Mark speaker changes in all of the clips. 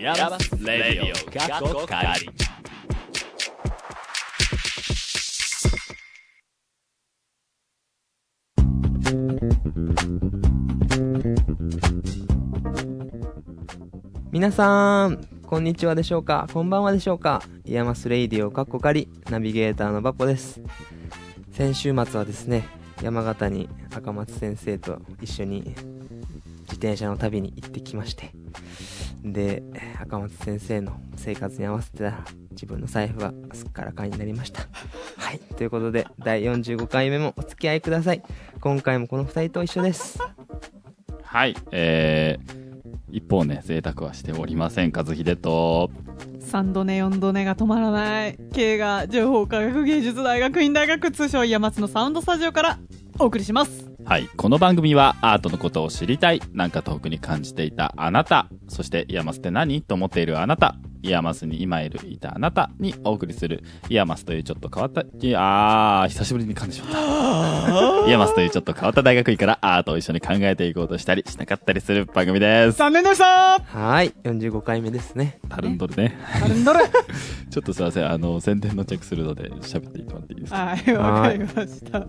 Speaker 1: ヤバスレディオ過去仮
Speaker 2: 皆さんこんにちはでしょうかこんばんはでしょうかイヤマスレイディオかっこかりナビゲーターのバッポです先週末はですね山形に赤松先生と一緒に自転車の旅に行ってきましてで赤松先生の生活に合わせてたら自分の財布はすっからかんになりましたはいということで第45回目もお付き合いください今回もこの2人と一緒です
Speaker 1: はいえー、一方ね贅沢はしておりません和秀と
Speaker 3: 3度寝4度寝が止まらない経が情報科学芸術大学院大学通称山津のサウンドスタジオからお送りします
Speaker 1: はいこの番組はアートのことを知りたいなんか遠くに感じていたあなたそしてイヤマスって何と思っているあなたイヤマスに今いるいたあなたにお送りするイヤマスというちょっと変わったいやー久しぶりに噛んでしまったイヤマスというちょっと変わった大学院からアートを一緒に考えていこうとしたりしなかったりする番組です
Speaker 3: 残念でした
Speaker 2: はい45回目ですね
Speaker 1: たるんどるね
Speaker 3: カレンダル
Speaker 1: ちょっとすいませんあの宣伝のチェックするので喋っていってもらっていいですか
Speaker 3: はいわかりました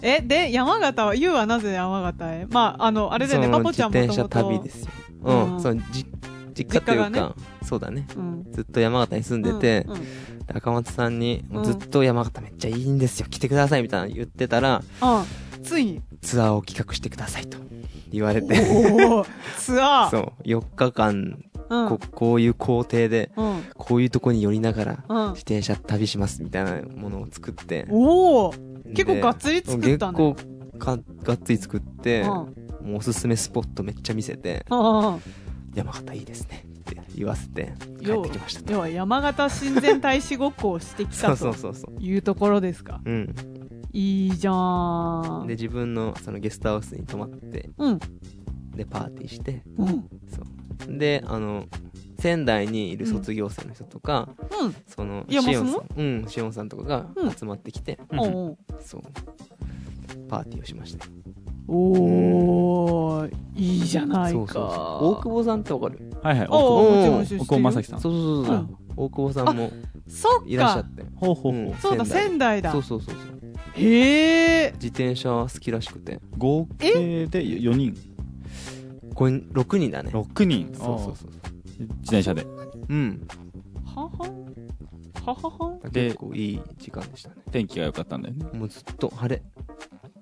Speaker 3: えで山形は YOU はなぜ山形へまああのあれだよね
Speaker 2: その
Speaker 3: パポちゃんも
Speaker 2: 自
Speaker 3: と
Speaker 2: 転車
Speaker 3: も
Speaker 2: 旅
Speaker 3: と
Speaker 2: ですよ。うん、
Speaker 3: うん
Speaker 2: そのじ実家という
Speaker 3: 実家が
Speaker 2: か、そうだね。
Speaker 3: うん
Speaker 2: ずっと山形に住んでて、
Speaker 3: うんうん
Speaker 2: で赤松さんに、
Speaker 3: ん
Speaker 2: もうずっと山形めっちゃいいんですよ、来てくださいみたいなの言ってたら、
Speaker 3: あついに
Speaker 2: ツアーを企画してくださいと言われて、
Speaker 3: おおツア ー
Speaker 2: そう、4日間、
Speaker 3: うん
Speaker 2: ここういう工程で、
Speaker 3: うん
Speaker 2: こういうとこに寄りながら、
Speaker 3: うん
Speaker 2: 自転車旅しますみたいなものを作って、
Speaker 3: おお結構
Speaker 2: で
Speaker 3: がっつり作ったね
Speaker 2: 結構かがっつり作って、
Speaker 3: うん
Speaker 2: もうおすすめスポットめっちゃ見せて、
Speaker 3: うんうん
Speaker 2: 山形いいですねって言わせて帰っ
Speaker 3: 要
Speaker 2: てきましたと
Speaker 3: 要は山形親善大使ごっこをしてき
Speaker 2: そ
Speaker 3: た
Speaker 2: うそう
Speaker 3: と
Speaker 2: そうそう
Speaker 3: いうところですか
Speaker 2: うん
Speaker 3: いいじゃん
Speaker 2: で自分のそのゲストハウスに泊まって
Speaker 3: うん
Speaker 2: でパーティーして
Speaker 3: うんうん
Speaker 2: そうであの仙台にいる卒業生の人とか、その
Speaker 3: いや
Speaker 2: シオン
Speaker 3: も
Speaker 2: さ
Speaker 3: うん
Speaker 2: うんシオンさんとかが
Speaker 3: うん
Speaker 2: 集まってきて、
Speaker 3: おう
Speaker 2: そうパーティーをしました
Speaker 3: おおいいじゃないか
Speaker 2: そうそうそう大久保さんってわかる
Speaker 1: はいはい
Speaker 3: ああ
Speaker 1: お
Speaker 2: 保
Speaker 3: もちろんもちろん
Speaker 1: 大久保正樹さ
Speaker 2: そ
Speaker 1: ん
Speaker 2: うそうそうそう、大久保さんも
Speaker 3: そっ
Speaker 2: いらっしゃ
Speaker 3: か
Speaker 2: って
Speaker 1: ほうほうほう、
Speaker 2: うん
Speaker 3: そうだ仙台だ
Speaker 2: そうそうそうそう
Speaker 3: へえ
Speaker 2: 自転車好きらしくて
Speaker 1: 合計で4人
Speaker 2: これ6人だねそう
Speaker 1: 6人
Speaker 2: そうそう
Speaker 1: 自転車で
Speaker 2: うん
Speaker 3: ははんはははん
Speaker 1: で
Speaker 2: 結構いい時間でしたね
Speaker 1: 天気が良かったんだよね
Speaker 2: もうずっと晴れ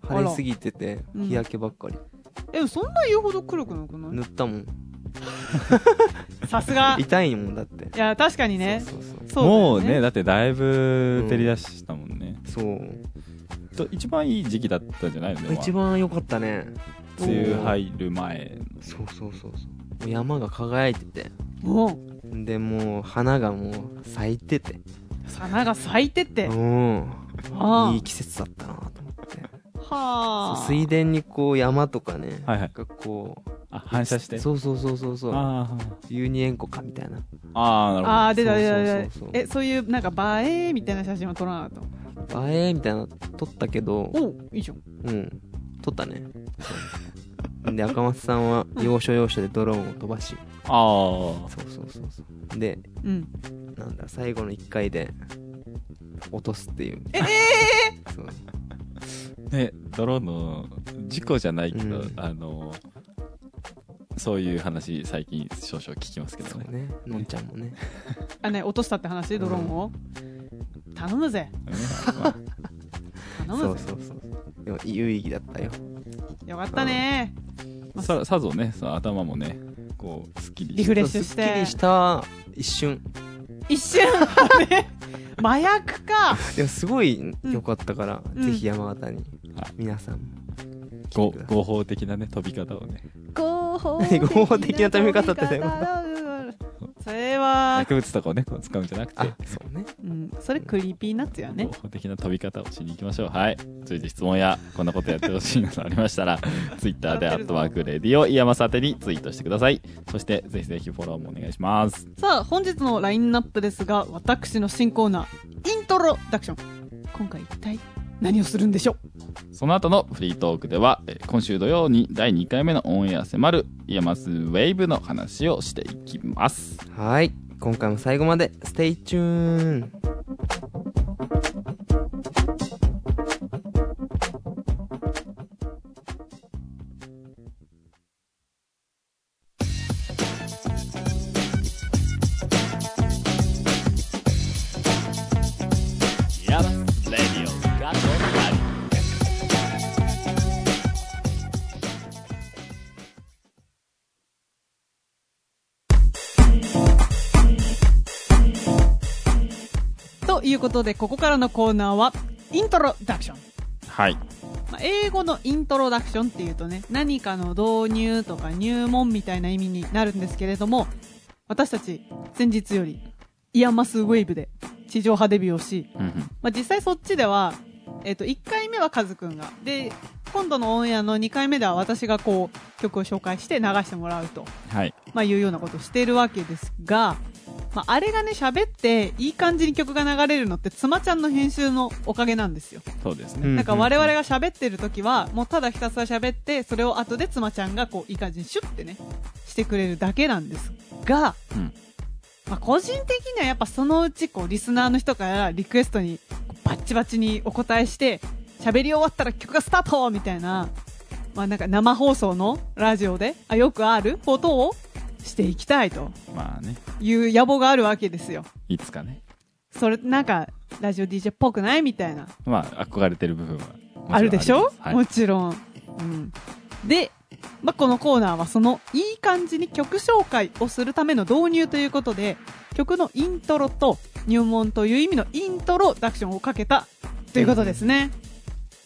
Speaker 3: あら
Speaker 2: 晴れすぎてて
Speaker 3: うん
Speaker 2: 日焼けばっかり、
Speaker 3: えそんな言うほど黒くなくな
Speaker 2: 塗
Speaker 3: い
Speaker 2: ったもん
Speaker 3: さ すがい
Speaker 2: 痛いもんだって
Speaker 3: や確かにね
Speaker 2: そうそう
Speaker 1: も
Speaker 3: そううだ
Speaker 1: ね
Speaker 3: よ
Speaker 1: だってだいぶ照り出したもんね、
Speaker 2: そうそう、
Speaker 1: と一番いい時期だったんじゃないのでも
Speaker 2: 一番良かったね
Speaker 1: 梅雨入る前
Speaker 2: そうそうそうそうもう山が輝いてて
Speaker 3: うん
Speaker 2: でもう花がもう咲いてて
Speaker 3: 花が咲いてって
Speaker 2: うん
Speaker 3: ああ
Speaker 2: いい季節だったなと思って
Speaker 3: は
Speaker 2: そ
Speaker 3: あ
Speaker 2: う水田にこう山とかね、
Speaker 1: はいはい
Speaker 2: がこう
Speaker 1: あ反射して
Speaker 2: そうそうそうそうそう
Speaker 1: あー
Speaker 2: ユニ塩湖かみたいな
Speaker 1: あーな
Speaker 3: あー出た出た出
Speaker 2: そうそうそうそ
Speaker 3: た
Speaker 2: う
Speaker 3: えそういうなんか映えみたいな写真は撮らなかっ
Speaker 2: 映えみたいなの撮ったけど
Speaker 3: たのおういいじゃん
Speaker 2: うん撮ったねで赤松さんは要所要所でドローンを飛ばし
Speaker 1: るほどあ
Speaker 2: そうそうそうそうで
Speaker 3: うん
Speaker 2: なんだ最後の1回で落とすっていう
Speaker 3: ええ
Speaker 2: そう
Speaker 1: あねドローンの事故じゃないけど、
Speaker 2: うん
Speaker 1: あのそういう話最近少々聞きますけど
Speaker 2: そう
Speaker 1: ね
Speaker 2: ねのんちゃんもね
Speaker 3: あね落としたって話ドローンを、頼むぜ
Speaker 1: ねまあ
Speaker 3: 頼
Speaker 2: そ
Speaker 3: む
Speaker 2: う
Speaker 3: ぜ
Speaker 2: そうそうでも有意義だったよ
Speaker 3: よかったねまあ
Speaker 1: ささぞねさ頭もねこうすっきり
Speaker 3: リフレッシュし
Speaker 2: すっき
Speaker 3: て
Speaker 2: りした一瞬
Speaker 3: 一瞬あれ麻薬か
Speaker 2: でもすごい良かったから、
Speaker 3: うん
Speaker 2: ぜひ山形に、
Speaker 1: はい
Speaker 2: 皆さんも
Speaker 1: ご合法的なね飛び方をね
Speaker 3: 合法
Speaker 2: 的な 合法的な飛び方ってどういうこ
Speaker 3: それは、
Speaker 1: 薬物とかをねこう使うんじゃなく
Speaker 2: あ
Speaker 1: て
Speaker 2: そうね
Speaker 3: うん、それクリーピーナッツやね
Speaker 1: 合法的な飛び方をしに行きましょうはい続いて質問やこんなことやってほしいなどありました ら Twitter で「アットワークレディオイヤマス宛てにツイートしてくださいそしてぜひぜひフォローもお願いします
Speaker 3: さあ本日のラインナップですが私の新コーナーイントロダクション今回一体何をするんでしょ
Speaker 1: その後のフリートークでは、えー今週土曜に第2回目のオンエア迫るイヤマスウェーブの話をしていきます。
Speaker 2: はい今回も最後までステイチューン
Speaker 1: イヤマスレディオが
Speaker 3: うということでここからのコーナーはイントロダクション
Speaker 1: はい。
Speaker 3: まあ英語のイントロダクションっていうとね何かの導入とか入門みたいな意味になるんですけれども私たち先日よりイヤマスウェーブで地上波デビューをし、
Speaker 1: うんうん
Speaker 3: まあ、実際そっちでは、えっと1回目はカズくんがで今度のオンエアの2回目では私がこう曲を紹介して流してもらうと、
Speaker 1: はい。
Speaker 3: まあ、いうようなことをしているわけですが、まあ、あれがね喋っていい感じに曲が流れるのって妻ちゃんの編集のおかげなんですよ。
Speaker 1: そうです
Speaker 2: う
Speaker 1: ね。
Speaker 2: ん
Speaker 3: なんか我々が喋ってる時は、もうただひたすら喋って、それを後で妻ちゃんがこう、いい感じにシュッてね、してくれるだけなんですが、
Speaker 1: うん
Speaker 3: まあ個人的にはやっぱそのうちこう、リスナーの人からリクエストにこうバッチバチにお答えして、喋り終わったら曲がスタートみたいな、まあなんか生放送のラジオで、あ、よくあることをしていきたいと
Speaker 1: まあね、
Speaker 3: いう野望があるわけですよ。
Speaker 1: いつかね。
Speaker 3: それ、なんか、ラジオ DJ っぽくないみたいな。
Speaker 1: まあ、憧れてる部分はもちろんります。
Speaker 3: あるでしょ、
Speaker 1: はい
Speaker 3: もちろん。うん、で、まあ、このコーナーはそのいい感じに曲紹介をするための導入ということで曲のイントロと入門という意味のイントロダクションをかけたということですね。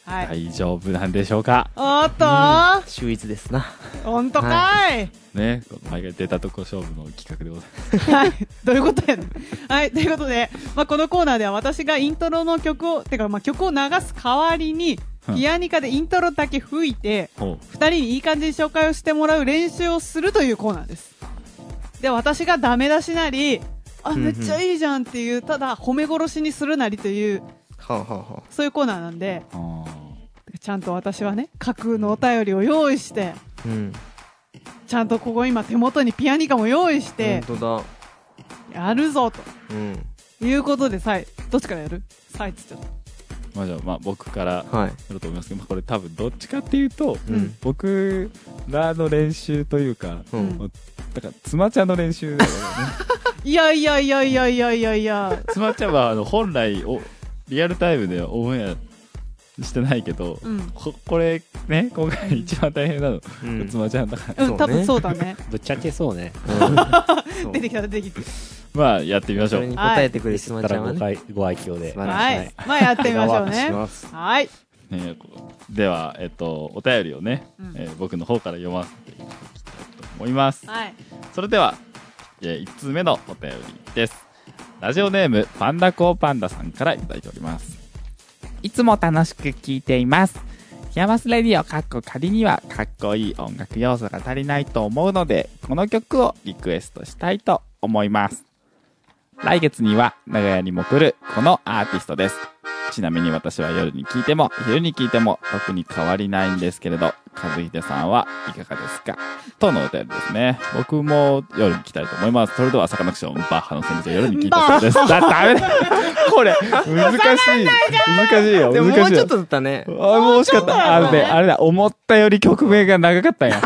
Speaker 3: はい、
Speaker 1: 大丈夫なんでしょうか
Speaker 3: お
Speaker 2: あ
Speaker 3: っと
Speaker 2: 秀逸ですな
Speaker 3: ー本当かい、
Speaker 1: ね、毎回出たとこ勝負の企画でございます。
Speaker 3: はい、どういうことやねん。はい、ということで、まあ、このコーナーでは私がイントロの曲を、てか、まあ、曲を流す代わりに、
Speaker 1: うん
Speaker 3: ピアニカでイントロだけ吹いて、
Speaker 1: ほ
Speaker 3: 2人にいい感じに紹介をしてもらう練習をするというコーナーですで私がダメ出しなりあ
Speaker 2: うんうん
Speaker 3: めっちゃいいじゃんっていうただ褒め殺しにするなりという
Speaker 2: はあはあは
Speaker 3: そういうコーナーなんで
Speaker 1: う。あ
Speaker 3: ちゃんと私はね架空のお便りを用意して
Speaker 2: あうん
Speaker 3: ちゃんとここ今手元にピアニカも用意して
Speaker 2: 本当だ
Speaker 3: やるぞと
Speaker 2: うん
Speaker 3: いうことでさえどっちからやるさえつっちゃった
Speaker 1: ーまあじゃあ、まあ僕から
Speaker 2: はい
Speaker 1: やると思いますけど、まあこれ多分どっちかっていうと、
Speaker 2: うん
Speaker 1: 僕らの練習というか、
Speaker 2: う
Speaker 3: うんん
Speaker 1: だから、妻ちゃんの練習 だよね。
Speaker 3: いやいやいやいやいやいやいや
Speaker 1: 妻ちゃんは、あの、本来お、リアルタイムでオンエアしてないけど、
Speaker 3: うん、
Speaker 1: ここれ、ね、今回一番大変なの、
Speaker 2: うん
Speaker 1: 妻ちゃんだから、
Speaker 2: そ
Speaker 3: う
Speaker 2: うね
Speaker 3: ん、多分そうだね
Speaker 4: ぶっちゃけそうね。
Speaker 2: そう
Speaker 3: 出てきた出てきた
Speaker 1: まあ、やってみまし
Speaker 2: そ
Speaker 1: ょ
Speaker 2: れ
Speaker 1: う
Speaker 2: に。答えてくれる妻
Speaker 4: た
Speaker 2: ちゃ
Speaker 4: ら
Speaker 2: んは
Speaker 4: ご
Speaker 2: ね
Speaker 4: 愛ご愛嬌で
Speaker 2: 素。晴らし
Speaker 3: はいまあやってみましょうね
Speaker 4: お願いします
Speaker 3: はい
Speaker 1: ねこうでは、えっと、お便りをね、
Speaker 3: うん
Speaker 1: えー僕の方から読ませていただきたいと思います。
Speaker 3: はい
Speaker 1: それでは、え1通目のお便りです。ラジオネーム、パンダコーパンダさんからいただいております。いつも楽しく聴いています。ヤマスレディオ、かっこ仮には、かっこいい音楽要素が足りないと思うので、この曲をリクエストしたいと思います。来月には、長屋にも来る、このアーティストです。ちなみに私は夜に聴いても、昼に聴いても、特に変わりないんですけれど、和秀さんはいかがですかとのお便りですね。僕も夜に聞きたいと思います。それでは、サカナクション、バッハの旋律を夜に聞いたそうです。だ、ダメだ これ、難しい。難しいよ。
Speaker 2: でもも
Speaker 1: 難
Speaker 2: う
Speaker 1: しい
Speaker 2: ちょ
Speaker 1: よ
Speaker 2: っ。とだった ね
Speaker 1: あ、もう惜しかっ
Speaker 3: もうちょっとだ
Speaker 1: た。あのね、あれだ、思ったより曲名が長かったんや。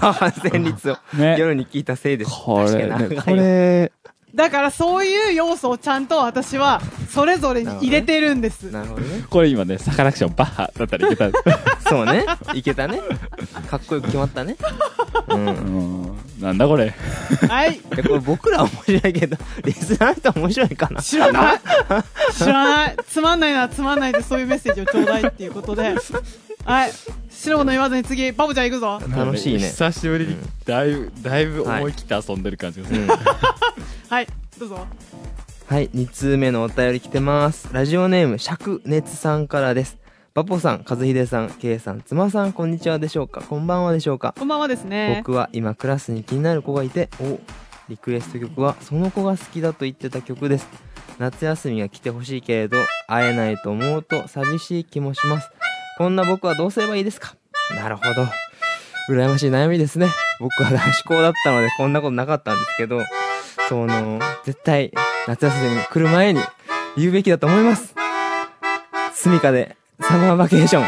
Speaker 2: パー旋律を
Speaker 1: ね。
Speaker 2: 夜に聞いたせいです
Speaker 1: これ、ね、こ
Speaker 2: これ
Speaker 1: れ、
Speaker 3: だからそういう要素をちゃんと私はそれぞれに入れてるんです。
Speaker 2: なるほどね
Speaker 1: これ今ね、サカナクション、バッハだったらいけた。う
Speaker 2: そうねいけたねかっこよく決まったねうん
Speaker 1: んなんだこれ。
Speaker 3: はい。
Speaker 2: いやこれ僕らは面白いけど リスナーの人は面白いかな
Speaker 3: 知らない知らないつまんないな、つまんないでそういうメッセージをちょうだいっていうことで。はい。白物言わずに次、バボちゃん行くぞ。
Speaker 2: 楽しいね
Speaker 1: 久しぶりに、だいぶ、だいぶ思い切って遊んでる感じがす
Speaker 2: う
Speaker 1: る。
Speaker 2: ん
Speaker 3: はい。どうぞ。
Speaker 2: はい、2通目のお便り来てます。ラジオネーム、灼熱さんからです。バポさん、和秀さん、ケイさん、妻さん、こんにちはでしょうかこんばんはでしょうか
Speaker 3: こんばんはですね。
Speaker 2: 僕は今クラスに気になる子がいて、おリクエスト曲はその子が好きだと言ってた曲です。夏休みが来てほしいけれど会えないと思うと寂しい気もしますこんな僕はどうすればいいですかなるほど羨ましい悩みですね僕は男子校だったのでこんなことなかったんですけどその絶対夏休みが来る前に言うべきだと思います住みかでサマーバケーション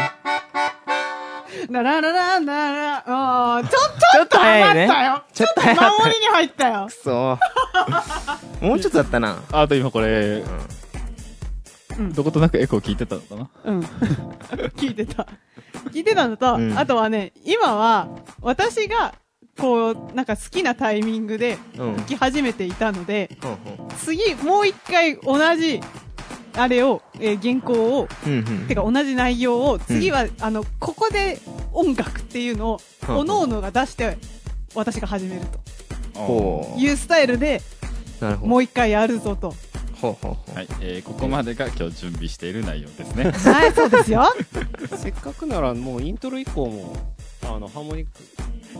Speaker 3: ララララララ、あーちょ、
Speaker 2: ち
Speaker 3: ち
Speaker 2: ょ
Speaker 3: ょ
Speaker 2: っ
Speaker 3: っ
Speaker 2: と
Speaker 3: と
Speaker 2: 早
Speaker 3: 早
Speaker 2: いね
Speaker 3: いね。ちょ
Speaker 2: ち
Speaker 3: っと
Speaker 2: ょっと早かった
Speaker 3: 守りに入ったよ
Speaker 2: く。そーもうちょっとだったな
Speaker 1: あと今これ、
Speaker 3: うん
Speaker 1: どことなくエコー聞いてたのかな
Speaker 3: うん。聞いてた。聞いてたのと、
Speaker 2: うん
Speaker 3: あとはね、今は、私が、こう、なんか好きなタイミングで、
Speaker 2: うんうん
Speaker 3: 行き始めていたので、
Speaker 2: うん
Speaker 3: 次、もう一回同じ、あれを、えー原稿を、
Speaker 2: うんうん
Speaker 3: てか同じ内容を、次は、あの、ここで音楽っていうのを、
Speaker 2: うん
Speaker 3: 各々が出して、私が始める
Speaker 2: ほ
Speaker 3: というスタイルで、
Speaker 2: うなるほど
Speaker 3: もう一回やるぞと。
Speaker 2: ほうほうほう
Speaker 1: はい、えーここまでが今日準備している内容ですね
Speaker 3: はい、そうで すよ。
Speaker 4: せっかくならもうイントロ以降もあのハーモニック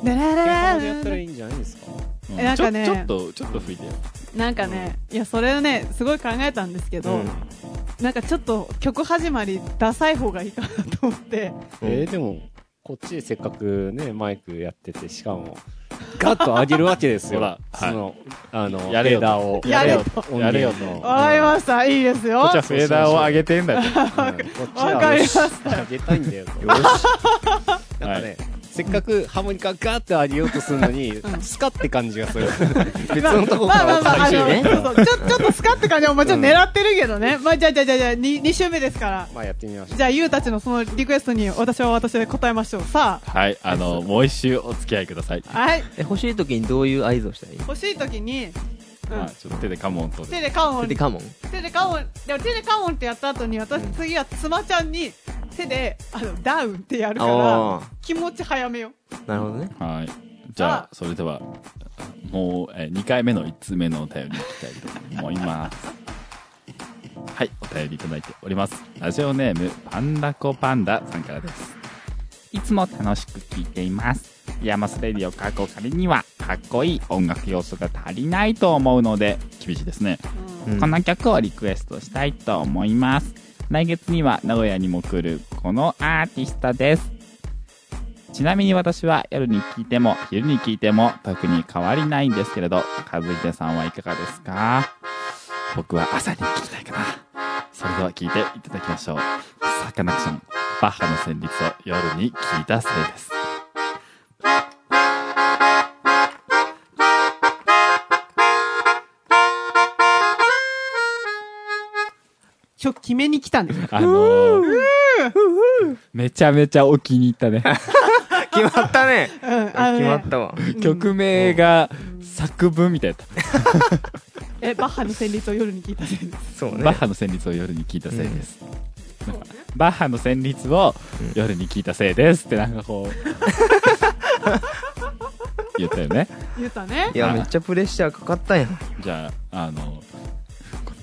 Speaker 3: ラララ
Speaker 4: 鍵
Speaker 3: ラ
Speaker 4: 盤
Speaker 3: ラ
Speaker 4: でやったらいいんじゃないですか
Speaker 1: うん
Speaker 3: なんかね
Speaker 1: ちょちょっとちょっと吹いてよ
Speaker 3: なんかね、いや、それをね、すごい考えたんですけど、
Speaker 2: うん
Speaker 3: なんかちょっと曲始まりダサい方がいいかなと思って、
Speaker 4: えー、でもこっちでせっかくねマイクやっててしかもガッと上げるわけ ですよ
Speaker 1: ほらはい
Speaker 4: そのあの
Speaker 1: やれよ
Speaker 4: フェーダーを
Speaker 3: やれよ
Speaker 4: 音源
Speaker 1: やれよ
Speaker 4: の
Speaker 3: わかりました、いいですよ
Speaker 1: こっち。はフェーダーを上げてんだよ
Speaker 4: こっち
Speaker 3: わかりました
Speaker 4: あの上げたいんだよ
Speaker 2: よし
Speaker 4: なんかね、せっかくハーモニカガーって上げようとするのに、
Speaker 3: うん
Speaker 4: スカって感じがす る。別
Speaker 3: まあ
Speaker 4: のとこ
Speaker 3: ま
Speaker 4: か
Speaker 3: あま
Speaker 4: ら
Speaker 3: あまあ、あ
Speaker 4: 最
Speaker 3: の
Speaker 4: 初にね。
Speaker 3: そうそうちょ、ちょっとスカって感じはもちろん狙ってるけどね。まあ、じゃあじゃあじゃあじゃあ、2、二週目ですから。
Speaker 4: まあやってみましょう
Speaker 3: じ。ゃあ、ゆうたちのそのリクエストに私は私で答えましょう。さ
Speaker 1: はいあのもう一周お付き合いください、
Speaker 3: あ、はい。
Speaker 2: え欲しい時にどういう合図をしたらいい
Speaker 3: 欲しい時に、う
Speaker 1: まあ
Speaker 3: ん。
Speaker 1: ちょっと手でカモンと
Speaker 3: 手でカモン
Speaker 2: で、カモン
Speaker 3: 手でカモン、でも手でカモンってやった後に、私次は妻ちゃんに手で、あの、ダウンってやるから、
Speaker 2: あ
Speaker 3: 気持ち早めよ。
Speaker 2: あなるほどね
Speaker 1: はいじゃあ
Speaker 3: あ
Speaker 1: それではもう、え2回目の1通目のお便りに行きたいと思いますはいお便りいただいておりますラジオネームパンダコパンダさんからですいつも楽しく聴いています。ヤマスレディオ過去仮にはかっこいい音楽要素が足りないと思うので、厳しいですね。
Speaker 2: うん
Speaker 1: この曲をリクエストしたいと思います。来月には名古屋にも来るこのアーティストです。ちなみに私は夜に聴いても昼に聴いても特に変わりないんですけれど、和秀さんはいかがですか僕は朝に聴きたいかな。それでは聴いていただきましょう。サカナクション、バッハの旋律を夜に聴いたせいです。
Speaker 3: 今日決めに来たんです。
Speaker 1: あのー、めちゃめちゃお気に入った ね。
Speaker 2: 決まったね
Speaker 3: うん、あのね
Speaker 2: あ決まったわ
Speaker 1: 曲名が作文みたいだっ
Speaker 3: え、バッハの旋律を夜に聞いたせいです。
Speaker 2: そ
Speaker 1: た。
Speaker 2: う
Speaker 1: バッ
Speaker 2: ね
Speaker 1: ハの旋律を夜に聞いたせいです。バッハの旋律を夜に聞いたせいですってなんかこう、言ったよね。
Speaker 3: 言ったね
Speaker 2: い。やめっちゃプレッシャーかかったやん
Speaker 1: じゃあ、あの、この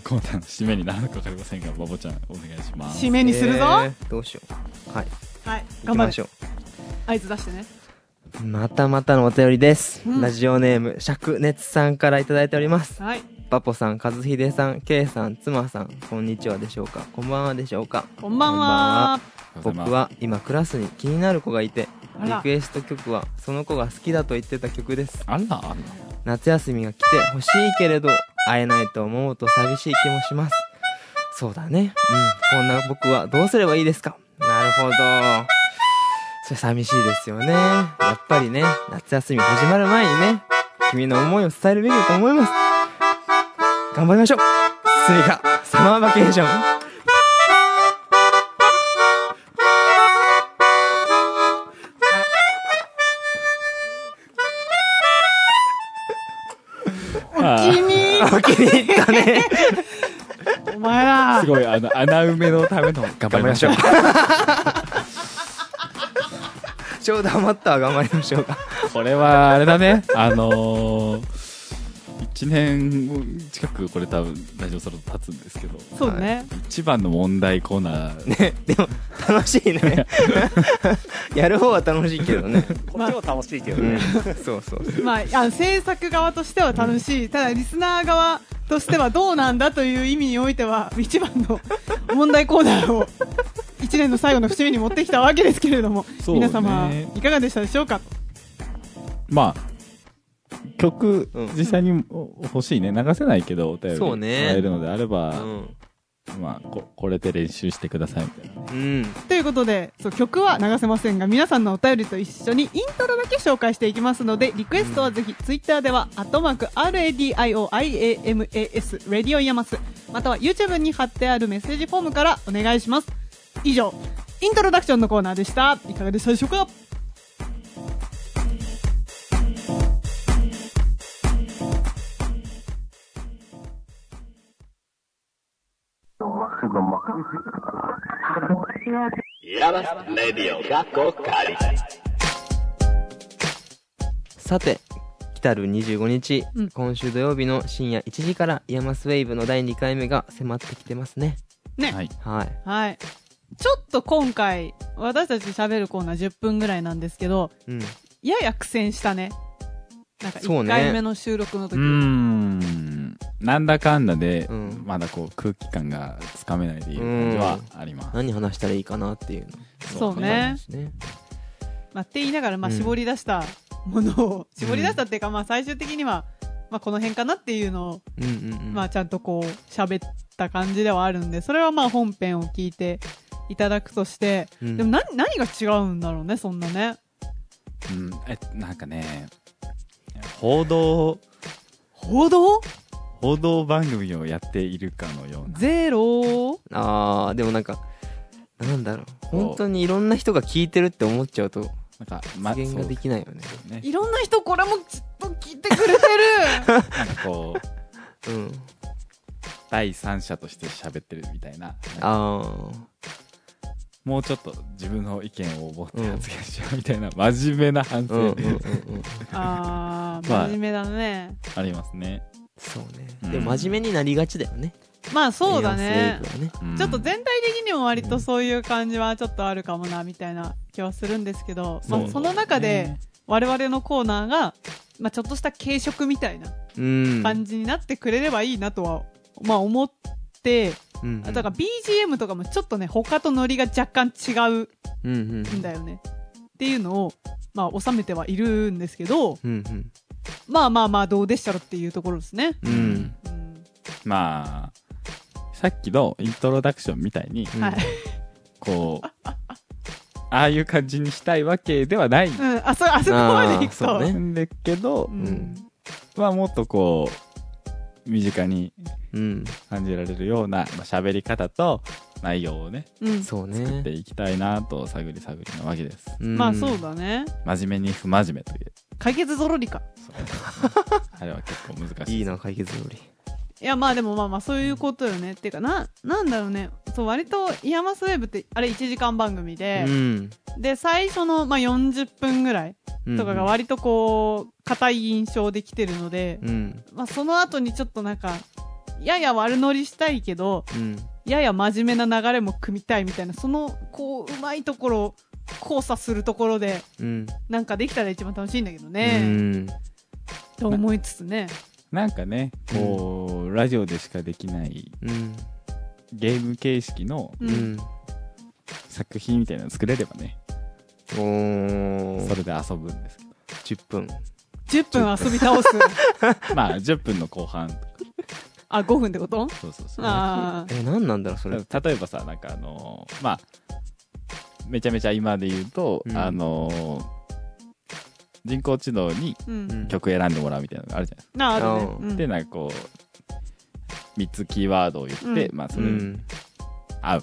Speaker 1: コーナーの締めになるのかわかりませんが、バボちゃんお願いします。
Speaker 3: 締めにするぞ。
Speaker 2: えーどうしようはい
Speaker 3: はい。
Speaker 2: 行
Speaker 3: 頑
Speaker 2: き
Speaker 3: 張
Speaker 2: ま
Speaker 3: る
Speaker 2: し。ょ
Speaker 3: 合図出してね。
Speaker 2: うまたまたのお便りです、
Speaker 3: うん
Speaker 2: ラジオネーム灼熱さんからいただいております
Speaker 3: はい。
Speaker 2: パポさん和秀さん K さん妻さんこんにちはでしょうかこんばんはでしょうか
Speaker 3: こんばんは。
Speaker 2: 僕は今クラスに気になる子がいて
Speaker 3: あ
Speaker 2: リ
Speaker 3: ら
Speaker 2: ク。エスト曲はその子が好きだと言ってた曲です
Speaker 1: あらあら。
Speaker 2: 夏休みが来て欲しいけれど会えないと思うと寂しい気もしますそうだねうんこんな僕はどうすればいいですかなるほどそれ寂しいですよねやっぱりね夏休み始まる前にね君の思いを伝えるべきだと思います頑張りましょうスミカサマーバケーション
Speaker 3: 君、
Speaker 2: お気に入ったね
Speaker 3: お前ら
Speaker 1: す。ごい、あの、穴埋めのための頑張りましょう。
Speaker 2: ちょうど余ったわ頑張りましょうか
Speaker 1: これはあれだね、あのー、1年近くこれ多分大丈夫そろ経つんですけど、
Speaker 3: そうね。
Speaker 1: 一番の問題コーナー、
Speaker 2: ね でも楽しいね やる方は楽しいけどね
Speaker 4: こっちも 楽しいけど
Speaker 2: うん
Speaker 4: ね。
Speaker 2: そうそうそう
Speaker 3: まあ、あの制作側としては楽しい。ただ、リスナー側としてはどうなんだという意味においては一番の問題コーナーを一年の最後の節目に持ってきたわけですけれども、
Speaker 1: そうね
Speaker 3: 皆様いかがでしたでしょうか
Speaker 1: まあ、曲
Speaker 2: うん、
Speaker 1: 実際にお欲しいね。流せないけど、お便り
Speaker 2: そ
Speaker 1: も
Speaker 2: う
Speaker 1: ら
Speaker 2: ね
Speaker 1: えるのであれば、
Speaker 2: うん。
Speaker 1: まあこ、これで練習してくださいみたいなね。
Speaker 2: うん。
Speaker 3: ということでそう曲は流せませんが皆さんのお便りと一緒にイントロだけ紹介していきますのでリクエストはぜひツイッターでは「アットマーク #RADIOIAMAS レディオイヤマス」または YouTube に貼ってあるメッセージフォームからお願いします以上イントロダクションのコーナーでしたいかがでしたでしょうか
Speaker 2: さて、来たる25日、
Speaker 3: うん
Speaker 2: 今週土曜日の深夜1時から、イヤマスウェーブの第2回目が迫ってきてますね。
Speaker 3: ね
Speaker 1: はい。
Speaker 2: はい。
Speaker 3: はいちょっと今回私たち喋るコーナー10分ぐらいなんですけど
Speaker 2: うん。
Speaker 3: やや苦戦したねなんか
Speaker 2: そう
Speaker 3: 1
Speaker 2: ね
Speaker 3: 回目の収録の時、
Speaker 1: うーん。なんだかんだで、
Speaker 2: うん
Speaker 1: まだこう空気感がつかめないでいう感じはあります。
Speaker 2: 何話したらいいかなっていうの。
Speaker 3: そうね
Speaker 2: ですね。
Speaker 3: まあ、って言いながら、まあ、
Speaker 2: うん
Speaker 3: 絞り出したものを、絞り出したっていうか、まあ、最終的には、まあ、この辺かなっていうのを、
Speaker 2: うんうんうん。
Speaker 3: まあ、ちゃんとこう、喋った感じではあるんで、それはまあ、本編を聞いていただくとして、
Speaker 2: うん
Speaker 3: でも何、何が違うんだろうね、そんなね。
Speaker 1: うん。え、なんかね、報道、
Speaker 3: 報道
Speaker 1: 報道番組をやっているかのような。
Speaker 3: ゼロ
Speaker 2: あー、でもなんか、なんだろう。本当にいろんな人が聞いてるって思っちゃうと、
Speaker 1: なんか、ま、
Speaker 2: 発言が
Speaker 1: そう
Speaker 2: できないよね。
Speaker 1: ね。
Speaker 3: いろんな人、これもずっと聞いて くれてる
Speaker 1: なんかこう、
Speaker 2: うん。
Speaker 1: 第三者として喋ってるみたいな。
Speaker 2: あ
Speaker 1: もうちょっと自分の意見を持って発言しようみたいな、真面目な反
Speaker 2: ー。うんうん
Speaker 1: 省
Speaker 2: うんうん。
Speaker 3: あー、
Speaker 1: まあ
Speaker 3: 真面目だね。
Speaker 1: ありますね。
Speaker 2: そうね
Speaker 1: う。ん
Speaker 2: でも真面目になりがちだよね。
Speaker 3: まあ、そうだね
Speaker 2: イヤマ。スウェーブはね。
Speaker 1: うん
Speaker 3: ちょっと全体的にも割とそういう感じはちょっとあるかもなみたいな気はするんですけど、まあ、その中で、我々のコーナーが、まあ、ちょっとした軽食みたいな
Speaker 2: うん。
Speaker 3: 感じになってくれればいいなとは、まあ、思って
Speaker 2: うんうん
Speaker 3: だから BGM とかもちょっとね他とノリが若干違う
Speaker 2: うんうん
Speaker 3: んだよねっていうのを、まあ、収めてはいるんですけど
Speaker 2: うんうん
Speaker 3: まあまあまあどうでしたらっていうところですね。
Speaker 2: うん
Speaker 3: うん
Speaker 1: まあ、さっきのイントロダクションみたいに、
Speaker 2: うん
Speaker 3: はい
Speaker 1: こう、ああいう感じにしたいわけではないん
Speaker 3: うん、あそあそこまでい
Speaker 2: あー
Speaker 3: くと、
Speaker 2: そうね
Speaker 1: だけど
Speaker 3: う、
Speaker 2: うん
Speaker 3: ん、
Speaker 1: まあもっとこう、身近に
Speaker 2: うん
Speaker 1: 感じられるようなまあ喋り方と内容をね、
Speaker 3: うん
Speaker 2: そう
Speaker 1: 作って
Speaker 2: ね
Speaker 1: いきたいなと探り探りなわけです。
Speaker 2: うん
Speaker 3: まあそうだね
Speaker 1: 真面目に不真面目という。
Speaker 3: 解決ぞろりか
Speaker 1: そうあれは結構難しいです。
Speaker 2: いいな解決より
Speaker 3: いやまあでもまあまあそういうことよねっていうかななんだろうねそう割と「イヤマスウェーブ」ってあれ1時間番組で
Speaker 2: う、ん
Speaker 3: で最初のまあ40分ぐらい
Speaker 2: うん
Speaker 3: とかが割とこう硬い印象できてるので、
Speaker 2: うん
Speaker 3: まあ、その後にちょっとなんかやや悪乗りしたいけど
Speaker 2: うん
Speaker 3: やや真面目な流れも組みたいみたいなそのこううまいところを交差するところで
Speaker 2: うん
Speaker 3: なんかできたら一番楽しいんだけど
Speaker 2: う
Speaker 3: ね、
Speaker 2: ん
Speaker 3: と思いつつね
Speaker 1: なんかね、こう、ラジオでしかできない
Speaker 2: うん
Speaker 1: ゲーム形式の
Speaker 3: う、
Speaker 2: うんん
Speaker 1: 作品みたいなの作れればね、そ
Speaker 2: おー
Speaker 1: れで遊ぶんですけ
Speaker 2: 10分
Speaker 3: 10分遊び 倒す
Speaker 1: ど。まあ、10分の後半とか。
Speaker 3: あ5分ってこと
Speaker 1: そうそうそう。
Speaker 3: あー
Speaker 2: え何なんだろうそれ
Speaker 1: 例えばさ、なんかあのーまあ、めちゃめちゃ今で言うと、
Speaker 2: うん
Speaker 1: あのー人工知能に
Speaker 3: うん
Speaker 2: うん
Speaker 1: 曲選んでもらうみたいなのがあるじゃないですか。
Speaker 3: なああるね
Speaker 2: あー
Speaker 3: うん。
Speaker 1: で、なんかこう、3つキーワードを言って、
Speaker 3: う
Speaker 1: まあ、そうれに
Speaker 2: ん
Speaker 1: 合う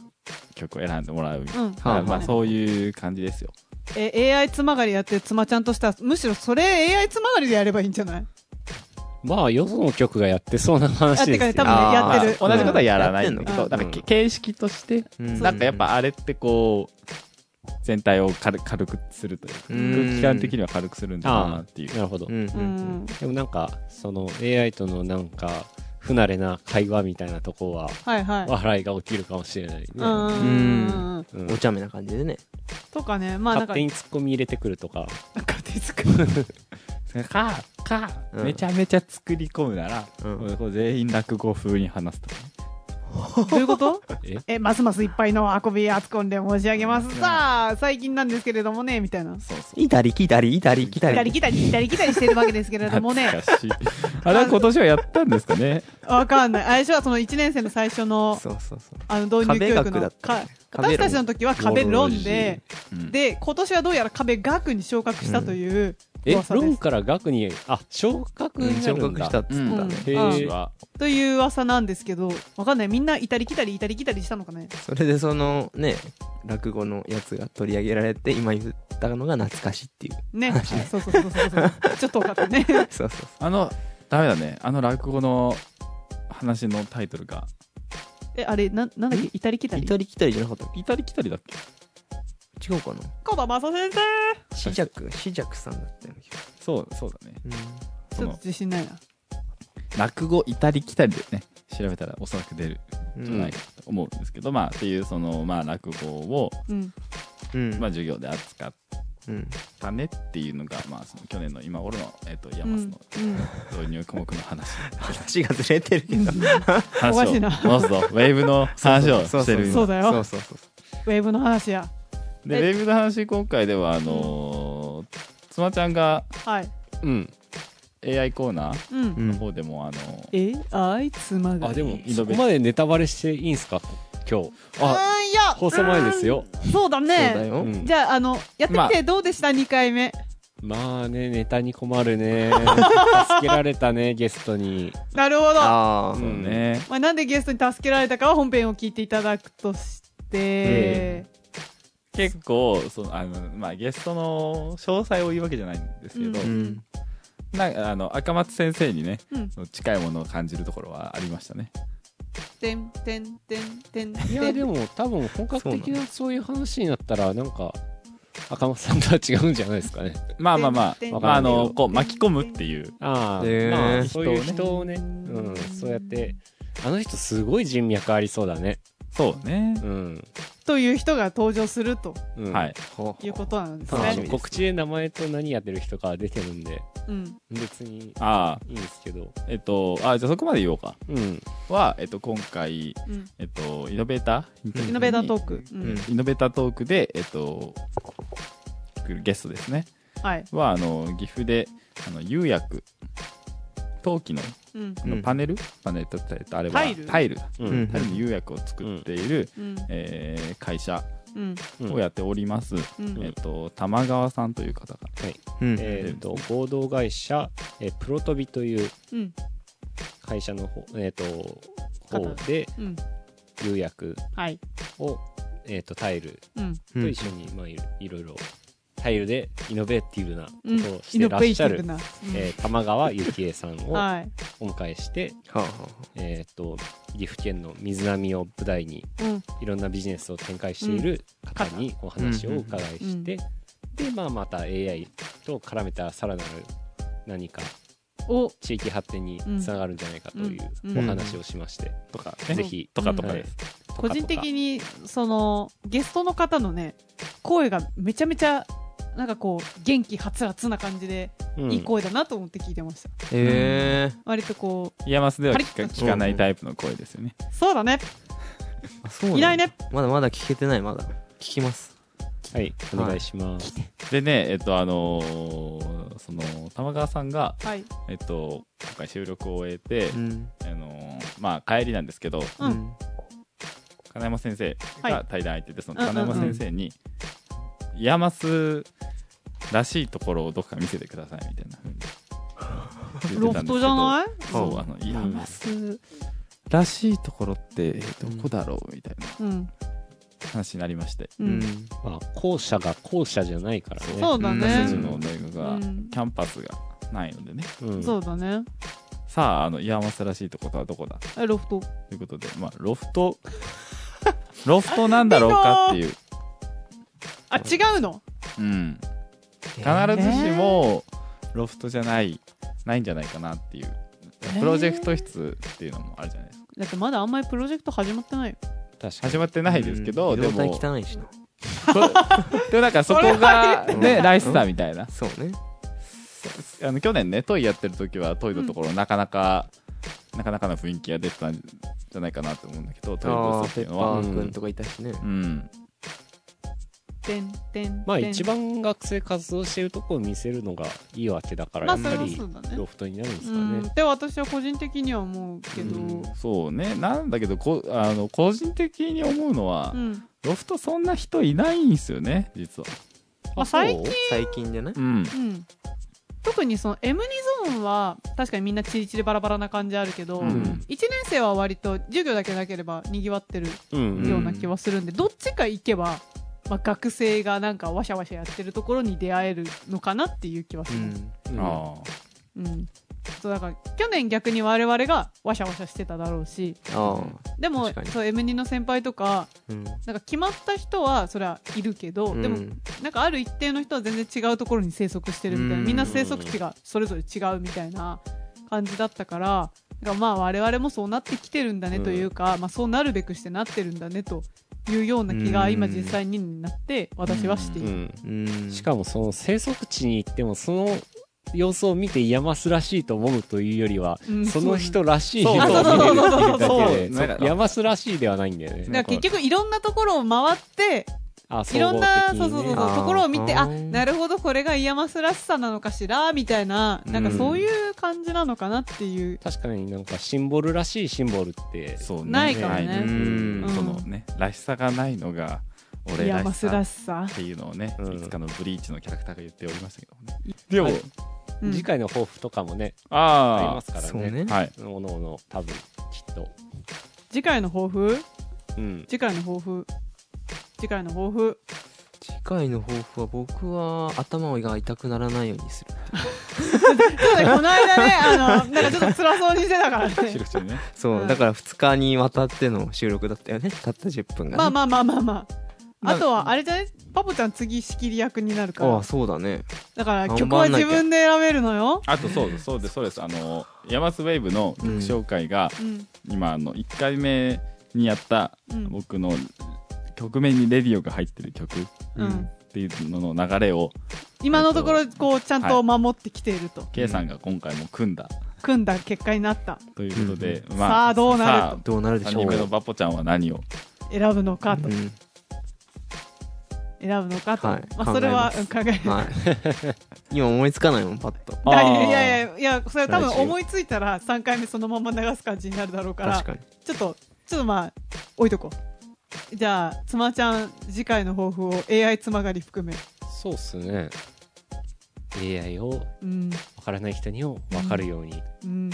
Speaker 1: 曲を選んでもらうみたいな。
Speaker 3: うん
Speaker 2: はい
Speaker 1: まあ、
Speaker 3: う。
Speaker 1: そういう感じですよ。
Speaker 3: え、AI つまがりやってる妻ちゃんとしたら、むしろそれ AI つまがりでやればいいんじゃない
Speaker 4: まあ、よその曲がやってそうな話ですよ、
Speaker 3: あてかね多分ねやってる
Speaker 1: まあ同じことはやらない
Speaker 2: うんん
Speaker 1: だけど、
Speaker 3: うん
Speaker 1: なんかけ形式として、
Speaker 2: うん
Speaker 1: なんかやっぱあれってこう、全体を軽軽くするというか、
Speaker 2: うん
Speaker 1: 空気感的には軽くするんだなっていう。
Speaker 4: なるほど。
Speaker 2: うんうんうん
Speaker 4: でもなんか、その AI とのなんか、不慣れな会話みたいなとこは、
Speaker 3: はいはい。
Speaker 4: 笑いが起きるかもしれないね。
Speaker 3: うーん。
Speaker 4: うん
Speaker 2: お茶目な感じでね
Speaker 3: とかね、まあな
Speaker 4: 勝
Speaker 3: んか
Speaker 4: 手、にツッコミ入れてくるとか。
Speaker 3: 勝手に作
Speaker 1: か、か、
Speaker 2: うん
Speaker 1: めちゃめちゃ作り込むなら、
Speaker 2: うん
Speaker 1: もうこれ全員落語風に話すとか。
Speaker 3: どういうこと
Speaker 1: え
Speaker 3: え、ますますいっぱいの運び厚コンで申し上げます。さあ、最近なんですけれどもね、みたいな。
Speaker 1: そうそう。
Speaker 2: いたり来たりいたり来た
Speaker 3: 来たり
Speaker 2: り
Speaker 3: 来たり来たり来たりしてるわけですけれども
Speaker 1: 懐
Speaker 3: ね
Speaker 1: か。しい。あれは今年はやったんですかね。
Speaker 3: わかんない。あれはその1年生の最初の、
Speaker 2: そうそうそう
Speaker 3: あの、導入教育
Speaker 2: 壁学だ
Speaker 3: の
Speaker 2: っ。た
Speaker 3: か
Speaker 2: ね壁
Speaker 3: 私たちの時は壁論で、
Speaker 1: うん
Speaker 3: で、今年はどうやら壁学に昇格したという
Speaker 4: え
Speaker 3: 噂です。
Speaker 4: 論から学にあ昇格
Speaker 2: う
Speaker 4: に
Speaker 2: ん
Speaker 4: な
Speaker 2: 昇
Speaker 4: るん
Speaker 2: 格
Speaker 4: だ、
Speaker 2: したっつってたね、
Speaker 4: へ
Speaker 1: 今年
Speaker 4: ー
Speaker 1: は
Speaker 3: という噂なんですけど、わかんない。みんないたり来たりいたり来たりしたのかね。
Speaker 2: それでそのね落語のやつが取り上げられて今言ったのが懐かしいっていう
Speaker 3: ね。そうそうそうそうそう。ちょっと多かったね。
Speaker 2: そうそう
Speaker 1: あの、ダメだね。あの落語の話のタイトルが、
Speaker 3: え、あれ、な、なんだっけいたり来た
Speaker 2: そうい
Speaker 3: り。
Speaker 2: たり来たりじゃなかっ
Speaker 1: いたり来たりだっけ
Speaker 2: た違うかな
Speaker 3: 小田正先生
Speaker 2: 四尺四尺さんだったよね
Speaker 1: そう、そうだね。そ
Speaker 3: ちょっと
Speaker 1: の、
Speaker 3: 自信ないな。
Speaker 1: 落語いたり来たりでね、調べたらおそらく出る
Speaker 2: うん
Speaker 1: じゃ
Speaker 2: ん
Speaker 1: ないかと思うんですけど、まあ、っていうその、まあ、落語を、
Speaker 3: うん。
Speaker 2: うん
Speaker 1: まあ、授業で扱っ
Speaker 2: うん
Speaker 1: たねっていうのが、まあ、その去年の今頃の、えっ、と、イヤ
Speaker 3: うん
Speaker 1: マスの導入項目の話。
Speaker 2: 話がずれてるけ
Speaker 3: うん
Speaker 2: ど
Speaker 1: 話を
Speaker 3: おかしいな
Speaker 1: 戻すぞ。ウェーブの話をしてるん
Speaker 3: そうだよ
Speaker 2: そうそうそう
Speaker 3: ウェーブの話や。
Speaker 1: で、ウ
Speaker 3: え
Speaker 1: ェーブの話、今回では、あのー、妻ちゃんが
Speaker 3: はい。
Speaker 4: うん、
Speaker 1: AI コーナー
Speaker 3: うん。
Speaker 2: うん
Speaker 1: の方でも、あのー、
Speaker 3: え、あいつまが。
Speaker 4: あでも
Speaker 1: イノ
Speaker 4: そ
Speaker 1: ベーショ
Speaker 4: こ
Speaker 1: ン
Speaker 4: までネタバレしていいんすか今日あ
Speaker 3: うん、いや。
Speaker 4: 放送前ですよ、
Speaker 3: うん。そうだ
Speaker 2: そうだ
Speaker 3: ね。
Speaker 2: よ
Speaker 4: うん
Speaker 3: じゃあ、あの、やって
Speaker 1: ま
Speaker 3: み
Speaker 1: あ
Speaker 3: てどうでした ?2 回目。
Speaker 4: まあねネタに困る ね助けられたねゲストに
Speaker 3: なるほど。ま
Speaker 2: あ
Speaker 1: そ
Speaker 2: あ
Speaker 1: うね。
Speaker 3: あ、なんでゲストに助けられたかは本編を聞いていただくとして、
Speaker 1: 結構、その、あの、まあ、ゲストの詳細を言うわけじゃないんですけど、
Speaker 3: う
Speaker 2: うん
Speaker 1: なんか、あの、赤松先生にね、
Speaker 3: うん。
Speaker 1: その近いものを感じるところはありましたね。
Speaker 3: てんてんてんてんてん。
Speaker 4: いやでも多分本格的なそういう話になったらなんか赤松さんとは違うんじゃないですかね
Speaker 1: まあまあま
Speaker 3: てんて
Speaker 1: あ、
Speaker 4: ん
Speaker 1: まあ、あ
Speaker 4: てん
Speaker 1: の、
Speaker 3: てん
Speaker 1: こう、巻き込むっていう。
Speaker 4: ああ、
Speaker 2: へー
Speaker 4: まあそういう
Speaker 1: 人
Speaker 4: 人をねうん、そうやってあの人すごい人脈ありそうだね
Speaker 1: そうね。
Speaker 4: うん、
Speaker 3: という人が登場すると
Speaker 4: うん、
Speaker 1: はい。
Speaker 2: ほ
Speaker 3: いうことなんです
Speaker 4: ただあの
Speaker 2: 楽しみで
Speaker 3: ね。
Speaker 2: す
Speaker 4: 告知で名前と何やってる人が出てるんで
Speaker 3: うん。
Speaker 4: 別に
Speaker 1: ああ、
Speaker 4: いいんですけど
Speaker 1: えっと、あ、じゃあそこまで言おうか。
Speaker 4: うん
Speaker 1: は、えっと、今回、
Speaker 3: うん。
Speaker 1: えっと、イノベーター
Speaker 3: イノベータートー
Speaker 1: ク。
Speaker 3: ク。う
Speaker 2: うん
Speaker 3: ん。
Speaker 1: イノベータートークで、えっと、来るゲストですね。
Speaker 3: はい。
Speaker 1: は、あの、岐阜で、あの、釉薬、陶器の
Speaker 3: うん。
Speaker 1: あの
Speaker 2: うん
Speaker 1: パネル、パネルだったりあれは
Speaker 3: タイル
Speaker 1: タイルだ
Speaker 4: うん、
Speaker 2: うん
Speaker 1: タイルの釉薬を作っている、
Speaker 3: うん。
Speaker 1: えー会社
Speaker 3: うん。
Speaker 4: うん
Speaker 1: をやっております、
Speaker 3: うん。
Speaker 1: えっと玉川さんという方が
Speaker 2: うん
Speaker 4: えっと合同会社、えープロトビという
Speaker 3: うん。
Speaker 4: 会社の方,、えー、と
Speaker 3: 方
Speaker 4: 方で
Speaker 3: うん。
Speaker 4: 釉薬
Speaker 3: はい。
Speaker 4: を、えー、とタイル
Speaker 3: うん。
Speaker 4: と
Speaker 2: うん
Speaker 4: 一緒に、まあ、いろいろいろタイルでイノベーティブなこ
Speaker 3: うん。
Speaker 4: とをしてらっしゃる、
Speaker 3: イノベーティブな。うん
Speaker 4: えー玉川幸恵さんを
Speaker 3: はい。
Speaker 4: お迎えして、
Speaker 2: はあは
Speaker 4: えー、と岐阜県の水波を舞台に
Speaker 3: うん。
Speaker 4: いろんなビジネスを展開している方にお話をお伺いして、で、まあ、また AI と絡めたさらなる何か
Speaker 3: お。
Speaker 4: 地域発展につながるんじゃないかという
Speaker 3: うん
Speaker 4: お話をしまして、
Speaker 1: とか
Speaker 3: う
Speaker 1: ね
Speaker 3: ん
Speaker 4: ぜひ
Speaker 1: とかとかです、
Speaker 4: とかと
Speaker 3: 個
Speaker 4: か
Speaker 3: 人的にそのゲストの方のね声がめちゃめちゃなんかこう元気はつらつな感じで、
Speaker 4: うん
Speaker 3: いい声だなと思って聞いてました
Speaker 2: え
Speaker 3: 割とこう
Speaker 1: イヤマスでは聞か
Speaker 3: パリッと
Speaker 1: 聞かないタイプの声ですよね
Speaker 3: そうだね
Speaker 2: あそう
Speaker 3: いないね
Speaker 2: まだまだ聞けてないまだ聞きます
Speaker 4: はいお願いします、
Speaker 1: でねえっとあのーその玉川さんが
Speaker 3: はい
Speaker 1: えっと今回収録を終えて、
Speaker 2: うん
Speaker 1: あのーまあ帰りなんですけど
Speaker 3: う
Speaker 2: うんん
Speaker 1: 金山先生
Speaker 3: は
Speaker 1: が対談相手で、その金
Speaker 3: うん
Speaker 1: 山
Speaker 3: うんうん
Speaker 1: 先生に「イヤマスらしいところをどっか見せてください」みたいな風に言
Speaker 3: ロ
Speaker 1: ってたんですけど
Speaker 3: フトじゃない
Speaker 1: そうあのイヤマスらしいところってどこだろうみたいな
Speaker 3: うん
Speaker 1: 話になりまして、
Speaker 3: う、
Speaker 2: うんん
Speaker 4: まあ、校舎が校舎じゃないからね
Speaker 3: そうだね
Speaker 1: 私たちの大学が、
Speaker 3: うん
Speaker 1: キャンパスがないのでね
Speaker 4: うん
Speaker 3: そうだね
Speaker 1: さああのイヤマスらしいところとはどこだ
Speaker 3: えロフト
Speaker 1: ということで、まあ、ロフ トロフトなんだろうかっていう、
Speaker 3: あ違うの
Speaker 1: うん、
Speaker 2: 必
Speaker 1: 必ずしもロフトじゃないないんじゃないかなっていう
Speaker 3: ー
Speaker 1: プロジェクト室っていうのもあるじゃないですか、
Speaker 3: だってまだあんまりプロジェクト始まってないよ
Speaker 4: 確かに
Speaker 1: 始まってないですけど、でも
Speaker 2: 体汚いしな
Speaker 1: でもなんかそこが
Speaker 2: れは
Speaker 1: ねらしさみたいな
Speaker 2: そうね
Speaker 1: あの去年ねトイやってる時はトイのところなかなか、なかなかな雰囲気が出てたんじゃないかなと思うんだけどトイボ
Speaker 2: あ
Speaker 1: ー
Speaker 2: ー
Speaker 1: スって
Speaker 2: ペ
Speaker 1: い
Speaker 2: ッ
Speaker 1: うの
Speaker 2: パ
Speaker 1: は
Speaker 2: ーくんとかいたしね、
Speaker 1: うん
Speaker 3: てんてん
Speaker 4: まあ
Speaker 3: てん
Speaker 4: 一番学生活動してるとこを見せるのがいいわけだから
Speaker 3: ま
Speaker 4: や
Speaker 3: あ
Speaker 4: っぱ
Speaker 3: それは
Speaker 4: り
Speaker 3: そうだね
Speaker 4: ロフトになるんです
Speaker 3: う
Speaker 4: かね
Speaker 3: ん、って私は個人的には思うけど、
Speaker 2: う
Speaker 3: うん
Speaker 2: ん
Speaker 1: そうねなんだけどこあの個人的に思うのは、ロフトそんな人いないんですよね実は
Speaker 3: まあ最近
Speaker 2: 最近じゃない
Speaker 1: うん
Speaker 3: うん特にその M2 ゾーンは確かにみんなチリチリバラバラな感じあるけど、
Speaker 1: う
Speaker 3: 一
Speaker 1: ん
Speaker 3: 1年生は割と授業だけなければにぎわってる
Speaker 4: うんうん
Speaker 3: ような気はするんで、どっちか行けば、まあ、学生がなんかわしゃわしゃやってるところに出会えるのかなっていう気は
Speaker 2: う
Speaker 3: します、
Speaker 2: ん
Speaker 4: うん
Speaker 1: ああ
Speaker 3: うんそうだから去年逆に我々がわしゃわしゃしてただろうし
Speaker 2: ああ
Speaker 3: でも
Speaker 2: 確かに
Speaker 3: そう M2 の先輩とか
Speaker 2: うん
Speaker 3: なんか決まった人はそれはいるけど、でも
Speaker 2: うん
Speaker 3: なんかある一定の人は全然違うところに生息してるみたいな、
Speaker 2: うん
Speaker 3: みんな生息地がそれぞれ違うみたいな感じだったから、がまあ我々もそうなってきてるんだねというか、まあそうなるべくしてなってるんだねというような気が
Speaker 2: うん
Speaker 3: 今実際になって私はしている。
Speaker 4: ん
Speaker 2: うん
Speaker 4: しかもその生息地に行ってもその様子を見て山すらしいと思うというよりは、
Speaker 3: うん
Speaker 4: その人らしい
Speaker 1: そう
Speaker 4: 山
Speaker 1: そう
Speaker 4: を見てるっていうだ
Speaker 1: そう
Speaker 4: けで
Speaker 1: そう
Speaker 4: そう山すらしいではないんだよね。
Speaker 3: だから結局いろんなところを回って、
Speaker 4: あ
Speaker 3: い
Speaker 4: 総
Speaker 3: ろ
Speaker 4: 合
Speaker 3: ん
Speaker 4: 的
Speaker 3: な、
Speaker 4: に
Speaker 3: そうそうそう
Speaker 4: ね
Speaker 3: そう、ところを見て、
Speaker 2: あー
Speaker 3: あ、なるほど、これがイヤマスらしさなのかしら、みたいな、なんかそういう感じなのかなっていう。
Speaker 4: 確かになんかシンボルらしいシンボルって
Speaker 1: そうね
Speaker 3: ないからね
Speaker 1: ないうね
Speaker 2: ん
Speaker 3: うん
Speaker 1: そのねらしさがないのが
Speaker 3: イ
Speaker 1: 俺
Speaker 3: ヤ
Speaker 1: ら
Speaker 3: マ
Speaker 1: し
Speaker 3: ス
Speaker 1: さ
Speaker 3: ら
Speaker 1: っ
Speaker 3: しさ。
Speaker 1: ていうのをね、
Speaker 4: うん
Speaker 1: いつかのブリーチのキャラクターが言っておりましたけどもねでも、
Speaker 4: はい
Speaker 3: うん
Speaker 4: 次回の抱負とかもね、あり
Speaker 1: あ
Speaker 4: ますから
Speaker 2: そう
Speaker 4: ね。
Speaker 2: ね
Speaker 1: あはい
Speaker 4: おのおの多分きっと。
Speaker 3: 次回の抱負
Speaker 4: うん。
Speaker 3: 次回の抱負次回の抱負
Speaker 2: 次回の抱負は僕は頭が痛くならないようにする
Speaker 3: そうだねこの間ねあのなんかちょっと辛そうにしてたから
Speaker 1: シ
Speaker 3: ね
Speaker 1: ルクちゃんね
Speaker 2: そう、
Speaker 3: うん
Speaker 2: だから2日にわたっての収録だったよねたった10分がね、
Speaker 3: まあまあまあまあ
Speaker 2: ま
Speaker 3: まあ
Speaker 2: あ
Speaker 3: あとはあれじゃないパポちゃん次仕切り役になるか
Speaker 2: あ
Speaker 3: ら
Speaker 2: あそうだね
Speaker 3: だから
Speaker 2: 頑
Speaker 3: 曲
Speaker 2: 張
Speaker 3: は
Speaker 2: んなき
Speaker 3: 自
Speaker 2: ゃ
Speaker 3: 分で選べるのよ
Speaker 1: あとそうですそうですそうですあのヤマスウェーブの曲紹介が、
Speaker 3: うん
Speaker 1: 今あの1回目にやった
Speaker 3: うん
Speaker 1: 僕の曲面にレディオが入ってる曲っ
Speaker 3: うん
Speaker 1: ていうのの流れを
Speaker 3: 今のところこうちゃんと守ってきていると
Speaker 1: K さんが今回も組んだ
Speaker 3: 組んだ結果になった
Speaker 1: ということで、
Speaker 3: んさあどうなると
Speaker 1: さ
Speaker 2: どうなる
Speaker 1: あ
Speaker 2: で
Speaker 1: 3
Speaker 2: しょ
Speaker 1: 人
Speaker 2: う
Speaker 1: 目のバポちゃんは何を
Speaker 3: 選ぶのか
Speaker 2: う
Speaker 3: と
Speaker 2: ん
Speaker 3: 選ぶのかと
Speaker 2: はい
Speaker 3: まあそれは
Speaker 2: 考えます
Speaker 3: うん考え
Speaker 2: はい 今思いつかないもんパッと
Speaker 3: いやい
Speaker 1: あー
Speaker 3: やいやいやそれは多分思いついたら3回目そのまま流す感じになるだろうから
Speaker 2: 確かに
Speaker 3: ちょっと、ちょっとまあ、置いとこう。じゃあ、妻ちゃん、次回の抱負を AI つまがり含め。
Speaker 4: そうっすね。AI を
Speaker 3: うん、
Speaker 4: わからない人にもわかるように。
Speaker 3: うん、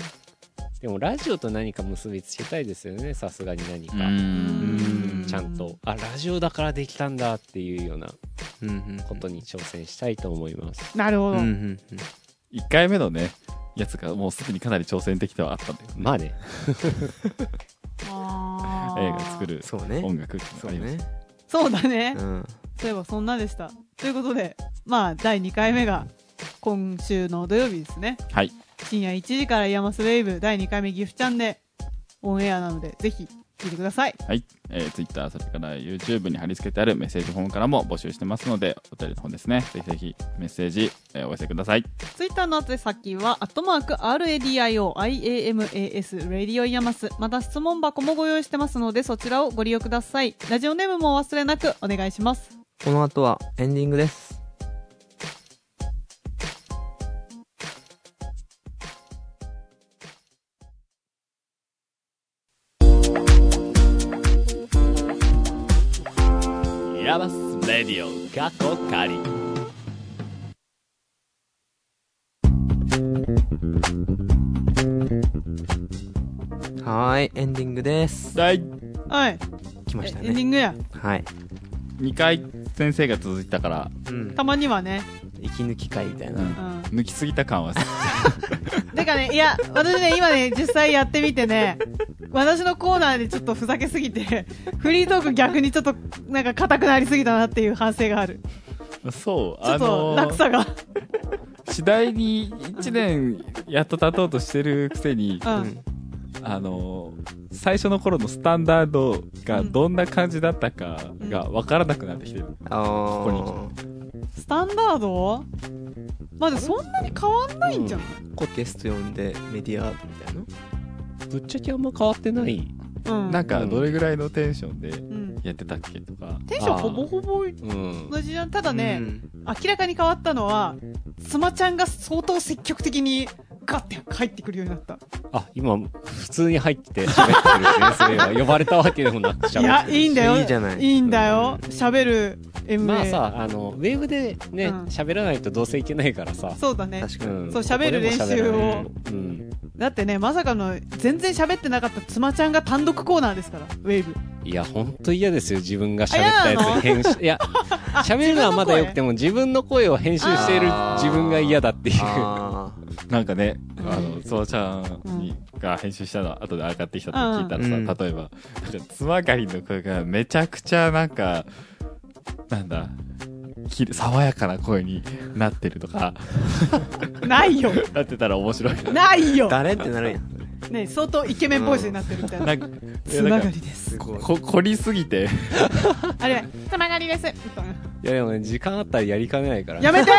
Speaker 4: でもラジオと何か結びつけたいですよね。さすがに何か。
Speaker 2: ん
Speaker 4: ちゃんと。あラジオだからできたんだっていうような
Speaker 2: うんうん
Speaker 4: ことに挑戦したいと思います。
Speaker 3: なるほ
Speaker 2: う
Speaker 3: ど。
Speaker 2: んうんうん
Speaker 1: 1回目のねやつがもうすでにかなり挑戦できてはあったんだよ
Speaker 4: まあね。
Speaker 3: あー
Speaker 1: 映画作る
Speaker 2: そうね
Speaker 1: 音楽
Speaker 2: そう
Speaker 1: あります
Speaker 2: ね
Speaker 3: そうだね
Speaker 2: う。ん
Speaker 3: そういえばそんなでした。ということで、まあ、第2回目が今週の土曜日ですね。
Speaker 1: はい
Speaker 3: 深夜1時からイヤマスウェーブ第2回目ギフチャンでオンエアなので、ぜひ聞いてください。
Speaker 1: はい、えー、Twitter それから YouTube に貼り付けてあるメッセージフォームからも募集してますのでお便りの方ですねぜひぜひメッセージ、えーお寄せください
Speaker 3: ツイッターの宛先は、アットマーク、RADIOIAMAS、ラディオイヤマス、また質問箱もご用意してますので、そちらをご利用ください。ラジオネームもお忘れなくお願いします。
Speaker 2: この後はエンディングです
Speaker 1: ヤバスレディオ過去仮
Speaker 2: はーいエンディングです
Speaker 1: 第
Speaker 3: はい、
Speaker 2: 来ま
Speaker 3: エ
Speaker 2: した
Speaker 3: ンディ
Speaker 2: ね
Speaker 3: ングや。
Speaker 2: はい
Speaker 1: 2回先生が続いたから、
Speaker 2: うん
Speaker 3: たまにはね。
Speaker 2: 息抜き会みたいな
Speaker 3: うん。
Speaker 1: 抜きすぎた感 は
Speaker 3: てかね、いや、私ね、今ね、実際やってみてね、私のコーナーでちょっとふざけすぎて、 フリートーク逆にちょっと、なんか硬くなりすぎたなっていう反省がある。
Speaker 1: そう
Speaker 3: ちょ
Speaker 1: あ
Speaker 3: っと、
Speaker 1: の
Speaker 3: 落差が。
Speaker 1: 次第に1年やっと経とうとしてるくせに、
Speaker 3: うん。
Speaker 1: あの最初の頃のスタンダードがどんな感じだったかが分からなくなってきてる、
Speaker 2: ああ
Speaker 1: ここ
Speaker 3: スタンダードまあでもそんなに変わんないんじゃない、
Speaker 2: こうゲスト呼んでメディアアートみたいな
Speaker 4: ぶっちゃけあんま変わってない。
Speaker 3: うん
Speaker 1: なんかどれぐらいのテンションで
Speaker 3: うん、
Speaker 1: やってたっけとか、
Speaker 3: テンションほぼほぼ
Speaker 4: うん。
Speaker 3: 同じじゃんただ
Speaker 2: う
Speaker 3: ね、
Speaker 2: ん
Speaker 3: 明らかに変わったのは妻ちゃんが相当積極的にガッて入ってくるようになった
Speaker 4: あ、今、普通に入ってて喋ってるね。それは呼ばれたわけでもなく
Speaker 3: い
Speaker 4: 喋っ
Speaker 3: や
Speaker 4: てる。
Speaker 3: いいんだよ
Speaker 2: いいじゃない
Speaker 3: いいんだよ喋る MA、
Speaker 4: まあさ、あの、ウェーブでね
Speaker 3: うん、
Speaker 4: 喋、らないとどうせいけないからさ。
Speaker 3: そうだね
Speaker 2: 確か
Speaker 4: う
Speaker 2: に、
Speaker 4: ん
Speaker 3: そう喋る練習を
Speaker 4: ここでも喋らないとうん。
Speaker 3: だってねまさかの全然喋ってなかった妻ちゃんが単独コーナーですからウェーブ
Speaker 4: いや、ほんと嫌ですよ。自分が喋ったやつ
Speaker 3: あ嫌なの
Speaker 4: 編集。いや、喋るのはまだよくても、自分の声を編集している自分が嫌だっていう。
Speaker 2: あ
Speaker 1: なんかね、
Speaker 3: うん
Speaker 1: あの、そちゃんに、が編集したの、後で上がってきたって聞いたらさ、
Speaker 2: うん
Speaker 1: 例えば、なんか、つまがりの声がめちゃくちゃなんか、なんだ、き爽やかな声になってるとか、
Speaker 3: ないよ
Speaker 1: なってたら面白い。
Speaker 3: ないよ
Speaker 2: ー誰ってなるやん
Speaker 3: ね相当イケメンボイスになってるみたいな
Speaker 1: なんか、
Speaker 3: つ
Speaker 1: な
Speaker 3: なんが
Speaker 1: か
Speaker 3: りです
Speaker 2: すごい
Speaker 1: こ、凝りすぎて、
Speaker 3: あれつながりです
Speaker 4: いやでもね、時間あったらやりかねないから、
Speaker 3: やめて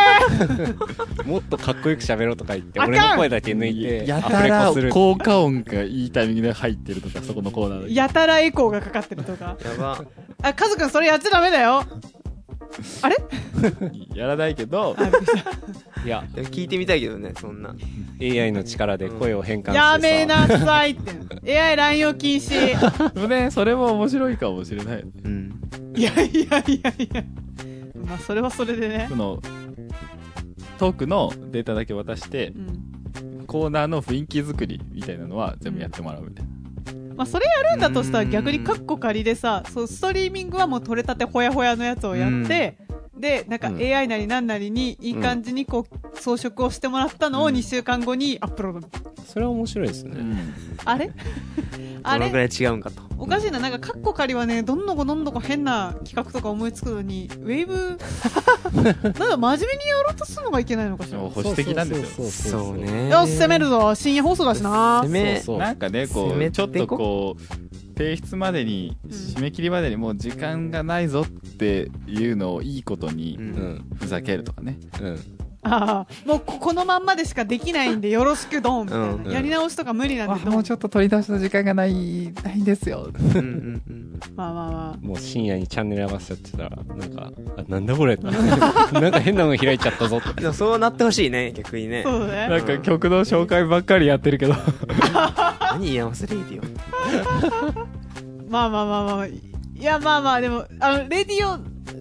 Speaker 4: もっとかっこよく喋ろうとか言って、
Speaker 3: あかん
Speaker 4: 俺の声だけ抜いて、
Speaker 1: や
Speaker 4: ア
Speaker 1: た
Speaker 4: フレコ
Speaker 1: ら
Speaker 4: する。
Speaker 1: 効果音がいいタイミングで入ってるとか、そこのコーナーで。
Speaker 3: やたらエコーがかかってるとか
Speaker 2: やば
Speaker 3: あカズくんそれやっちゃダメだよあれ
Speaker 1: やらないけど
Speaker 3: あ、びっくりした
Speaker 4: いや、
Speaker 2: でも聞いてみたいけどねそんな
Speaker 4: AI の力で声を変換してさ。
Speaker 3: やめなさいって。AI 乱用禁止。
Speaker 1: でもね、それも面白いかもしれない。
Speaker 2: うん
Speaker 3: いやいやいやいや。まあ、それはそれでね
Speaker 1: そ。の、トークのデータだけ渡して
Speaker 3: う、ん。
Speaker 1: コーナーの雰囲気作りみたいなのは全部やってもらうみたいな。
Speaker 3: まあ、それやるんだとしたら
Speaker 2: うん
Speaker 3: 逆にカッコ仮でさ、そう、ストリーミングはもう取れたてほやほやのやつをやって、で、なんか
Speaker 4: うん
Speaker 3: AI なりなんなりにいい感じにこう、装飾をしてもらったのを2週間後にアップロード。
Speaker 4: それは面白いですね。
Speaker 3: あ れあ
Speaker 2: どのぐ
Speaker 3: れ
Speaker 2: らい違うんかと
Speaker 3: おかしいな。なんかカッコ仮はね、どんどこどんどこ変な企画とか思いつくのに、ウェーブ、 なんか真面目にやろうとするのがいけないのかし
Speaker 1: で
Speaker 3: ら
Speaker 1: も。保守的なんですよ。
Speaker 4: よ
Speaker 2: そう。ね
Speaker 3: よし、攻めるぞ。深夜放送だしな
Speaker 2: 攻。め
Speaker 4: そうそう
Speaker 1: なんかね、こ
Speaker 2: 攻
Speaker 1: う、
Speaker 2: め
Speaker 1: ち
Speaker 2: て
Speaker 1: ょっ
Speaker 2: こ
Speaker 1: とこう、提出までに、
Speaker 3: ん
Speaker 1: 締め切りまでにもう時間がないぞっていうのをいいこと
Speaker 2: う
Speaker 1: に
Speaker 4: うんん。
Speaker 1: ふざけるとかね。
Speaker 4: うん。
Speaker 3: ああ、もうここのまんまでしかできないんでよろしくドンみたいな。
Speaker 2: うん
Speaker 4: うん
Speaker 3: やり直しとか無理なんでドン。
Speaker 1: もうちょっと取り出しの時間がない、ないんですよ。
Speaker 2: うんうんうん
Speaker 3: まあまあま
Speaker 4: もう深夜にチャンネル合わせちゃってたら、なんか、あ なんだこれなんか変なの開いちゃったぞって。
Speaker 2: でもそうなってほしいね逆に
Speaker 3: あ。
Speaker 2: ね
Speaker 3: そう
Speaker 1: な
Speaker 3: だね。
Speaker 1: んか曲の紹介ばっかりやってるけど。
Speaker 2: 何言えますレイディオ
Speaker 3: まあまあまあまあ。いやまあまあ、でも、あの、レディオ、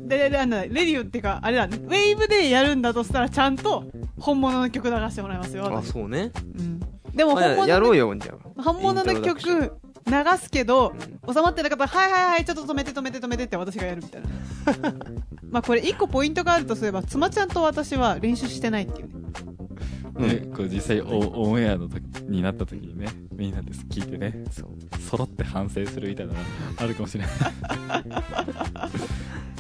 Speaker 3: で、でなんだ、レディオっていうか、あれだね。ウェーブでやるんだとしたら、ちゃんと本物の曲流してもらいますよ。
Speaker 2: あ
Speaker 3: 私
Speaker 2: そうね
Speaker 3: うん。でも
Speaker 2: まあ
Speaker 3: 本物
Speaker 2: やろ
Speaker 3: の、
Speaker 2: うよじゃあ
Speaker 3: 本物の曲
Speaker 2: イントロ
Speaker 3: 流すけど、収まってなかったら、はいはいはい、ちょっと止めて止めて止めてって私がやるみたいな。 まあこれ一個ポイントがあるとすれば、妻ちゃんと私は練習してないっていうね。
Speaker 4: うん
Speaker 1: ねこう実際オオンエアの時になった時にね、みんなで聞いてね、揃って反省するみたいなのがあるかもしれない。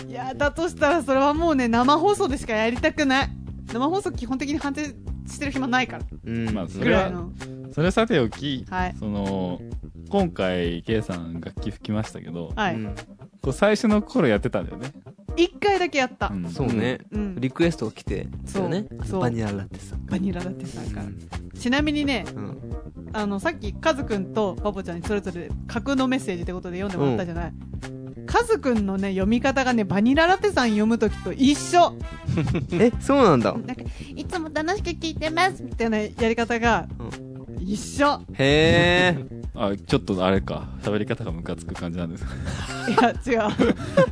Speaker 3: いやーだとしたらそれはもうね、生放送でしかやりたくない。生放送基本的に判定してる暇ないから。
Speaker 2: うん
Speaker 1: まあそ
Speaker 3: ぐ
Speaker 1: れは
Speaker 3: らいの。
Speaker 1: それはさておき、
Speaker 3: はい。
Speaker 1: その、今回、K さん楽器吹きましたけど、
Speaker 3: は
Speaker 2: う
Speaker 3: い。
Speaker 2: ん
Speaker 1: こう最初の頃やってたんだよね。
Speaker 3: 一、回だけやった。
Speaker 1: ん
Speaker 2: そうね
Speaker 3: うん。
Speaker 2: リクエストが来て
Speaker 3: そう
Speaker 2: だよね
Speaker 3: そう
Speaker 2: バニララってさ
Speaker 3: バニラだってさんから。ちなみにね、
Speaker 2: うん
Speaker 3: あの、さっきカズくんとパポちゃんにそれぞれ架空のメッセージってことで読んでもらったじゃない。カズくんのね、読み方がね、バニララテさん読むときと一緒。
Speaker 2: えそうなんだ
Speaker 3: なんか、いつも楽しく聞いてますみたいなやり方が、一緒。
Speaker 2: へえ
Speaker 1: あ、ちょっとあれか、喋り方がムカつく感じなんですか。
Speaker 3: いや、違う。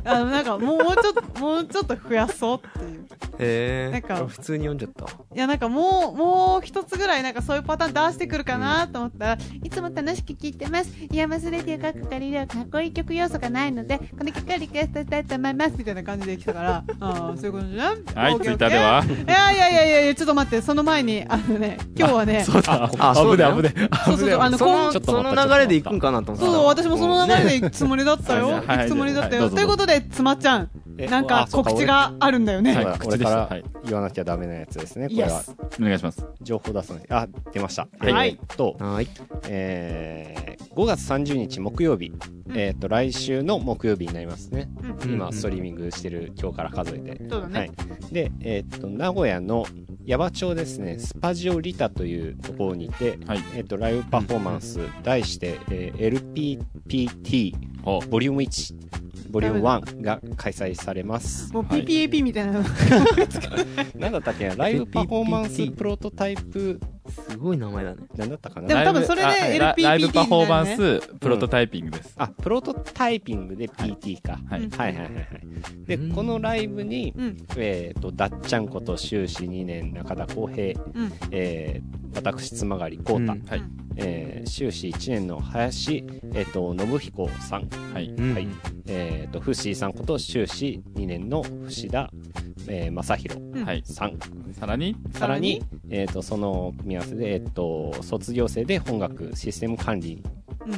Speaker 3: あの、なんか、もうちょっと、もうちょっと増やそうっていう。
Speaker 2: へえ
Speaker 3: なんか
Speaker 2: 普通に読んじゃった
Speaker 3: いや、なんかもう、もう一つぐらい、なんかそういうパターン出してくるかなと思ったら、
Speaker 5: いつも楽しく聴いてます。イヤマスレディオカッコカリではかっこいい曲要素がないので、この曲をリクエストしたいと思います。
Speaker 3: みたいな感じで来 たから、ああ、そういうことじゃん
Speaker 1: はい、ツイッターで。は。
Speaker 3: オッケーオッケーいやいやいやいやいや、ちょっと待って、その前に、あのね、今日はね、
Speaker 1: そうだ、
Speaker 2: あ
Speaker 1: 危
Speaker 2: そう
Speaker 1: ね
Speaker 2: だ
Speaker 1: 危
Speaker 2: よ
Speaker 1: ね。
Speaker 3: そうそうそう、あの、
Speaker 2: そ
Speaker 3: こん
Speaker 2: の
Speaker 4: ちょっと
Speaker 2: そ
Speaker 4: 待った
Speaker 2: の流れで行くんかなと思って
Speaker 3: そう
Speaker 2: た
Speaker 3: そう、私もその流れで
Speaker 2: ね
Speaker 3: 行くつもりだったよ。
Speaker 1: はいはい
Speaker 3: 行くつもりだっ
Speaker 1: は
Speaker 3: たよ。
Speaker 1: いどうぞ
Speaker 3: ということで、つまちゃん、
Speaker 4: え
Speaker 3: なんか
Speaker 4: あそう
Speaker 3: 告知があるんだよね。
Speaker 1: は
Speaker 4: 俺
Speaker 1: い
Speaker 4: は
Speaker 1: 告知
Speaker 4: 俺
Speaker 1: で
Speaker 4: か
Speaker 1: した
Speaker 4: ら言わなきゃダメなやつですね、こ
Speaker 3: イ
Speaker 4: れ
Speaker 3: エ
Speaker 4: は。
Speaker 3: ス。
Speaker 1: お願いします。
Speaker 4: 情報出すのに。あ、出ました。
Speaker 1: はい
Speaker 4: えーっと、
Speaker 2: はい
Speaker 4: えー5月30日木曜日、
Speaker 3: うん
Speaker 4: えっ、と、来週の木曜日になりますね。
Speaker 2: うん
Speaker 4: 今、ストリーミングしてる今日から数えて。
Speaker 3: そうだね
Speaker 4: はい。で、えっ、と、名古屋の矢場町ですね、スパジオリタというところにて、
Speaker 1: はい。
Speaker 4: えっ、と、ライブパフォーマンス、題して、えー LPPT、
Speaker 1: ほう
Speaker 4: ボリューム1、ボリューム1が開催されます。
Speaker 3: もう
Speaker 1: はい
Speaker 3: PPAP みたいなの。
Speaker 4: なんだったっけなライブパフォーマンスプロトタイプ、
Speaker 2: すごい名前だね。
Speaker 4: なんだったかな
Speaker 3: でも多分
Speaker 1: ライブ
Speaker 3: それで
Speaker 1: あはいラ
Speaker 3: LPPT
Speaker 1: ライブパフォーマン
Speaker 3: に
Speaker 1: ス、プロトタイピングです。
Speaker 4: あ、プロトタイピングで PT か。
Speaker 1: はい。
Speaker 3: うん
Speaker 4: はいはいはいはい。で、
Speaker 2: うん
Speaker 4: このライブに、
Speaker 3: うん
Speaker 4: えっ、と、だっちゃんこと修士2年中田浩平、
Speaker 3: うん。
Speaker 4: えー、私、妻狩り浩太、
Speaker 2: うん
Speaker 1: はい。
Speaker 4: えー、修士1年の林、えっ、と、信彦さん、
Speaker 1: はい。
Speaker 2: うん
Speaker 4: はいえっ、と、フッシーさんこと修士2年の伏田、えー、正宏
Speaker 3: うん
Speaker 1: はい。
Speaker 4: さん。
Speaker 1: さらに、
Speaker 4: さらに、えっ、と、その組み合わせで、えっ、と、卒業生で本学システム管理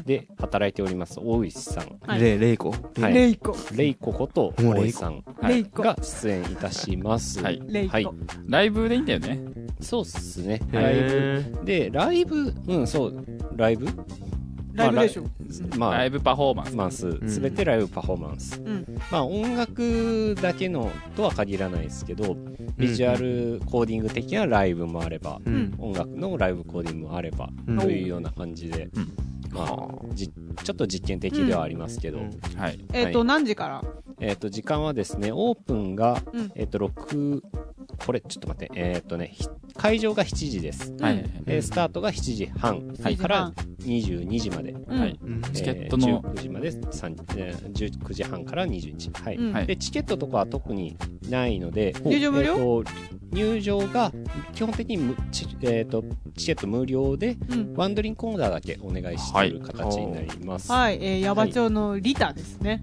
Speaker 4: で働いております、大石さん。
Speaker 3: はい
Speaker 2: レイ、レイコ。
Speaker 4: はい
Speaker 3: レイコ。
Speaker 4: レイコこと
Speaker 2: もう
Speaker 4: 大井さん
Speaker 1: はい
Speaker 3: レイコ。
Speaker 4: が出演いたします。
Speaker 1: はい
Speaker 3: レイコ。
Speaker 4: はい
Speaker 1: ライブでいいんだよね。
Speaker 4: そうっすね。ライブ。
Speaker 2: へー
Speaker 4: で、ライブ、うん、そう、ライブ
Speaker 3: ライブでしょ。
Speaker 4: まあ、
Speaker 1: ラ
Speaker 4: ラ
Speaker 1: イ
Speaker 4: イブ
Speaker 1: ブパフォーマン
Speaker 4: パフ
Speaker 1: ス
Speaker 4: ォー。マンス、すべてライブパフォーマンス。
Speaker 3: うん。
Speaker 4: まあ、音楽だけのとは限らないですけど、ビジュアルコーディング的なライブもあれば、
Speaker 2: うん。
Speaker 4: 音楽のライブコーディングもあれば、
Speaker 2: うん
Speaker 4: というような感じで、
Speaker 1: うん
Speaker 4: まあ、じちょっと実験的ではありますけど、
Speaker 2: うん
Speaker 1: はい。
Speaker 3: えっ
Speaker 4: は
Speaker 3: と、
Speaker 4: い
Speaker 3: 何時から
Speaker 4: えっ、と、時間はですね、オープンが、
Speaker 3: うん
Speaker 4: えっ、と、6、これ、ちょっと待って、えっ、とね、ひ会場が7時です。
Speaker 1: は
Speaker 3: う
Speaker 1: い
Speaker 3: ん。
Speaker 4: えースタートが7時半
Speaker 3: 7時半
Speaker 4: から22時まで。
Speaker 3: うん
Speaker 1: はい。
Speaker 2: うん
Speaker 1: チケットの
Speaker 4: えー19時まで、さんえー19時半から20時。はい。
Speaker 3: うん
Speaker 1: はい
Speaker 4: で、チケットとかは特にないので、
Speaker 3: 入場無料
Speaker 4: えーと入場が、基本的にむチ,、えーとチケット無料で、
Speaker 3: うん。
Speaker 4: ワンドリンクオーダーだけお願いしている形になります。い。
Speaker 3: はい。えー、矢場町のリタですね。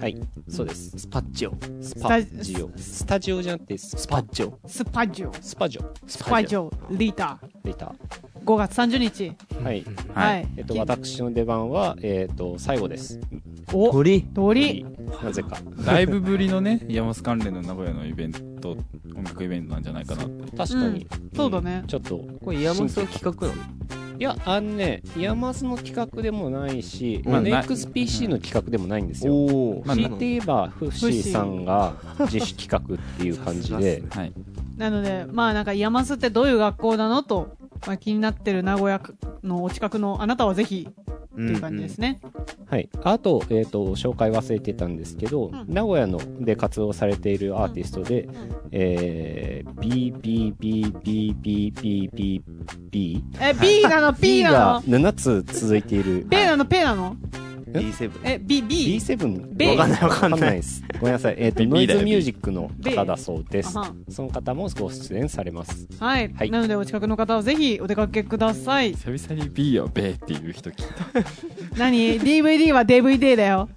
Speaker 4: はい、そうです。スパッジオ。スパ
Speaker 3: タ
Speaker 4: ッジオ。スタジオじゃなくて、スパッジオ。
Speaker 3: スパジオ。
Speaker 4: スパジオ。
Speaker 3: スパジオ。リタ。
Speaker 4: 出た。
Speaker 3: 5月30日。
Speaker 4: はい。
Speaker 1: は。
Speaker 3: はいい。
Speaker 4: えっと、私の出番は、えっと、最後です。
Speaker 3: お
Speaker 2: 鳥。
Speaker 3: 鳥。
Speaker 4: なぜか。
Speaker 1: ライブぶりのね、山ス関連の名古屋のイベント、音楽イベントなんじゃないかなって。
Speaker 4: 確かに。
Speaker 3: そうだね
Speaker 4: んちょっと。
Speaker 2: これ、イヤマスの企画なの
Speaker 4: いや、あのね、イヤマスの企画でもないし、
Speaker 1: まあな
Speaker 4: NXPC の企画でもないんですよ。
Speaker 2: おー
Speaker 1: まあ
Speaker 4: 強いて言えば、フッシーさんが自主企画っていう感じで
Speaker 2: さすがっすね。
Speaker 1: はい。
Speaker 3: なので、まあなんか山須ってどういう学校なのと、まあ、気になってる名古屋のお近くのあなたはぜひ
Speaker 2: う
Speaker 3: と
Speaker 2: ん
Speaker 3: いう感じですね。
Speaker 4: はい、あと,、えー、と紹介忘れてたんですけど、
Speaker 3: ん
Speaker 4: 名古屋ので活動されているアーティストで、えー、BBBBBBBB
Speaker 3: え、B なの ?P なの
Speaker 4: B が7つ続いている
Speaker 3: ?B なの ?P なの
Speaker 2: B7。
Speaker 3: え、B、B?
Speaker 4: B7
Speaker 3: B わかん
Speaker 2: ないわかんない
Speaker 4: ですごめんなさい、えー、と
Speaker 1: B
Speaker 4: ノイ
Speaker 1: だよ
Speaker 4: ズ
Speaker 1: B
Speaker 4: ミュージックの方だそうです
Speaker 3: あはん
Speaker 4: その方もご出演されます
Speaker 3: はい、
Speaker 4: はい
Speaker 3: なのでお近くの方はぜひお出かけください。
Speaker 1: 久々に B をベーっていう人聞いた。
Speaker 3: 何 ?DVD は DVD だよ。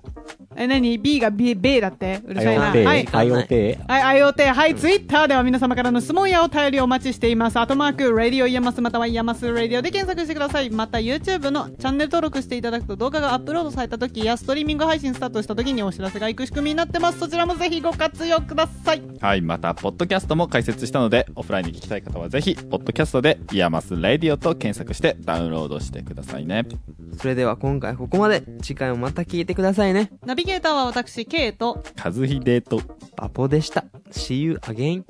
Speaker 3: え、何 ?B が B、B だってうるさいな。はい。
Speaker 2: かんない
Speaker 4: IoTIoT
Speaker 3: はい、IoT、はい、ツイッターでは皆様からの質問やお便りをお待ちしています。後マーク、ラディオイヤマスまたはイヤマスラディオで検索してください。また YouTube のチャンネル登録していただくと動画がアップロードされた時やストリーミング配信スタートした時にお知らせが行く仕組みになってます。そちらもぜひご活用ください。
Speaker 1: はい。また、ポッドキャストも開設したので、オフラインに聞きたい方はぜひ、ポッドキャストで、イヤマスレディオと検索してダウンロードしてくださいね。
Speaker 2: それでは今回ここまで。次回もまた聞いてくださいね。
Speaker 3: ナビゲーターは私、K と、
Speaker 1: カズヒデと、
Speaker 2: バポでした。See you again.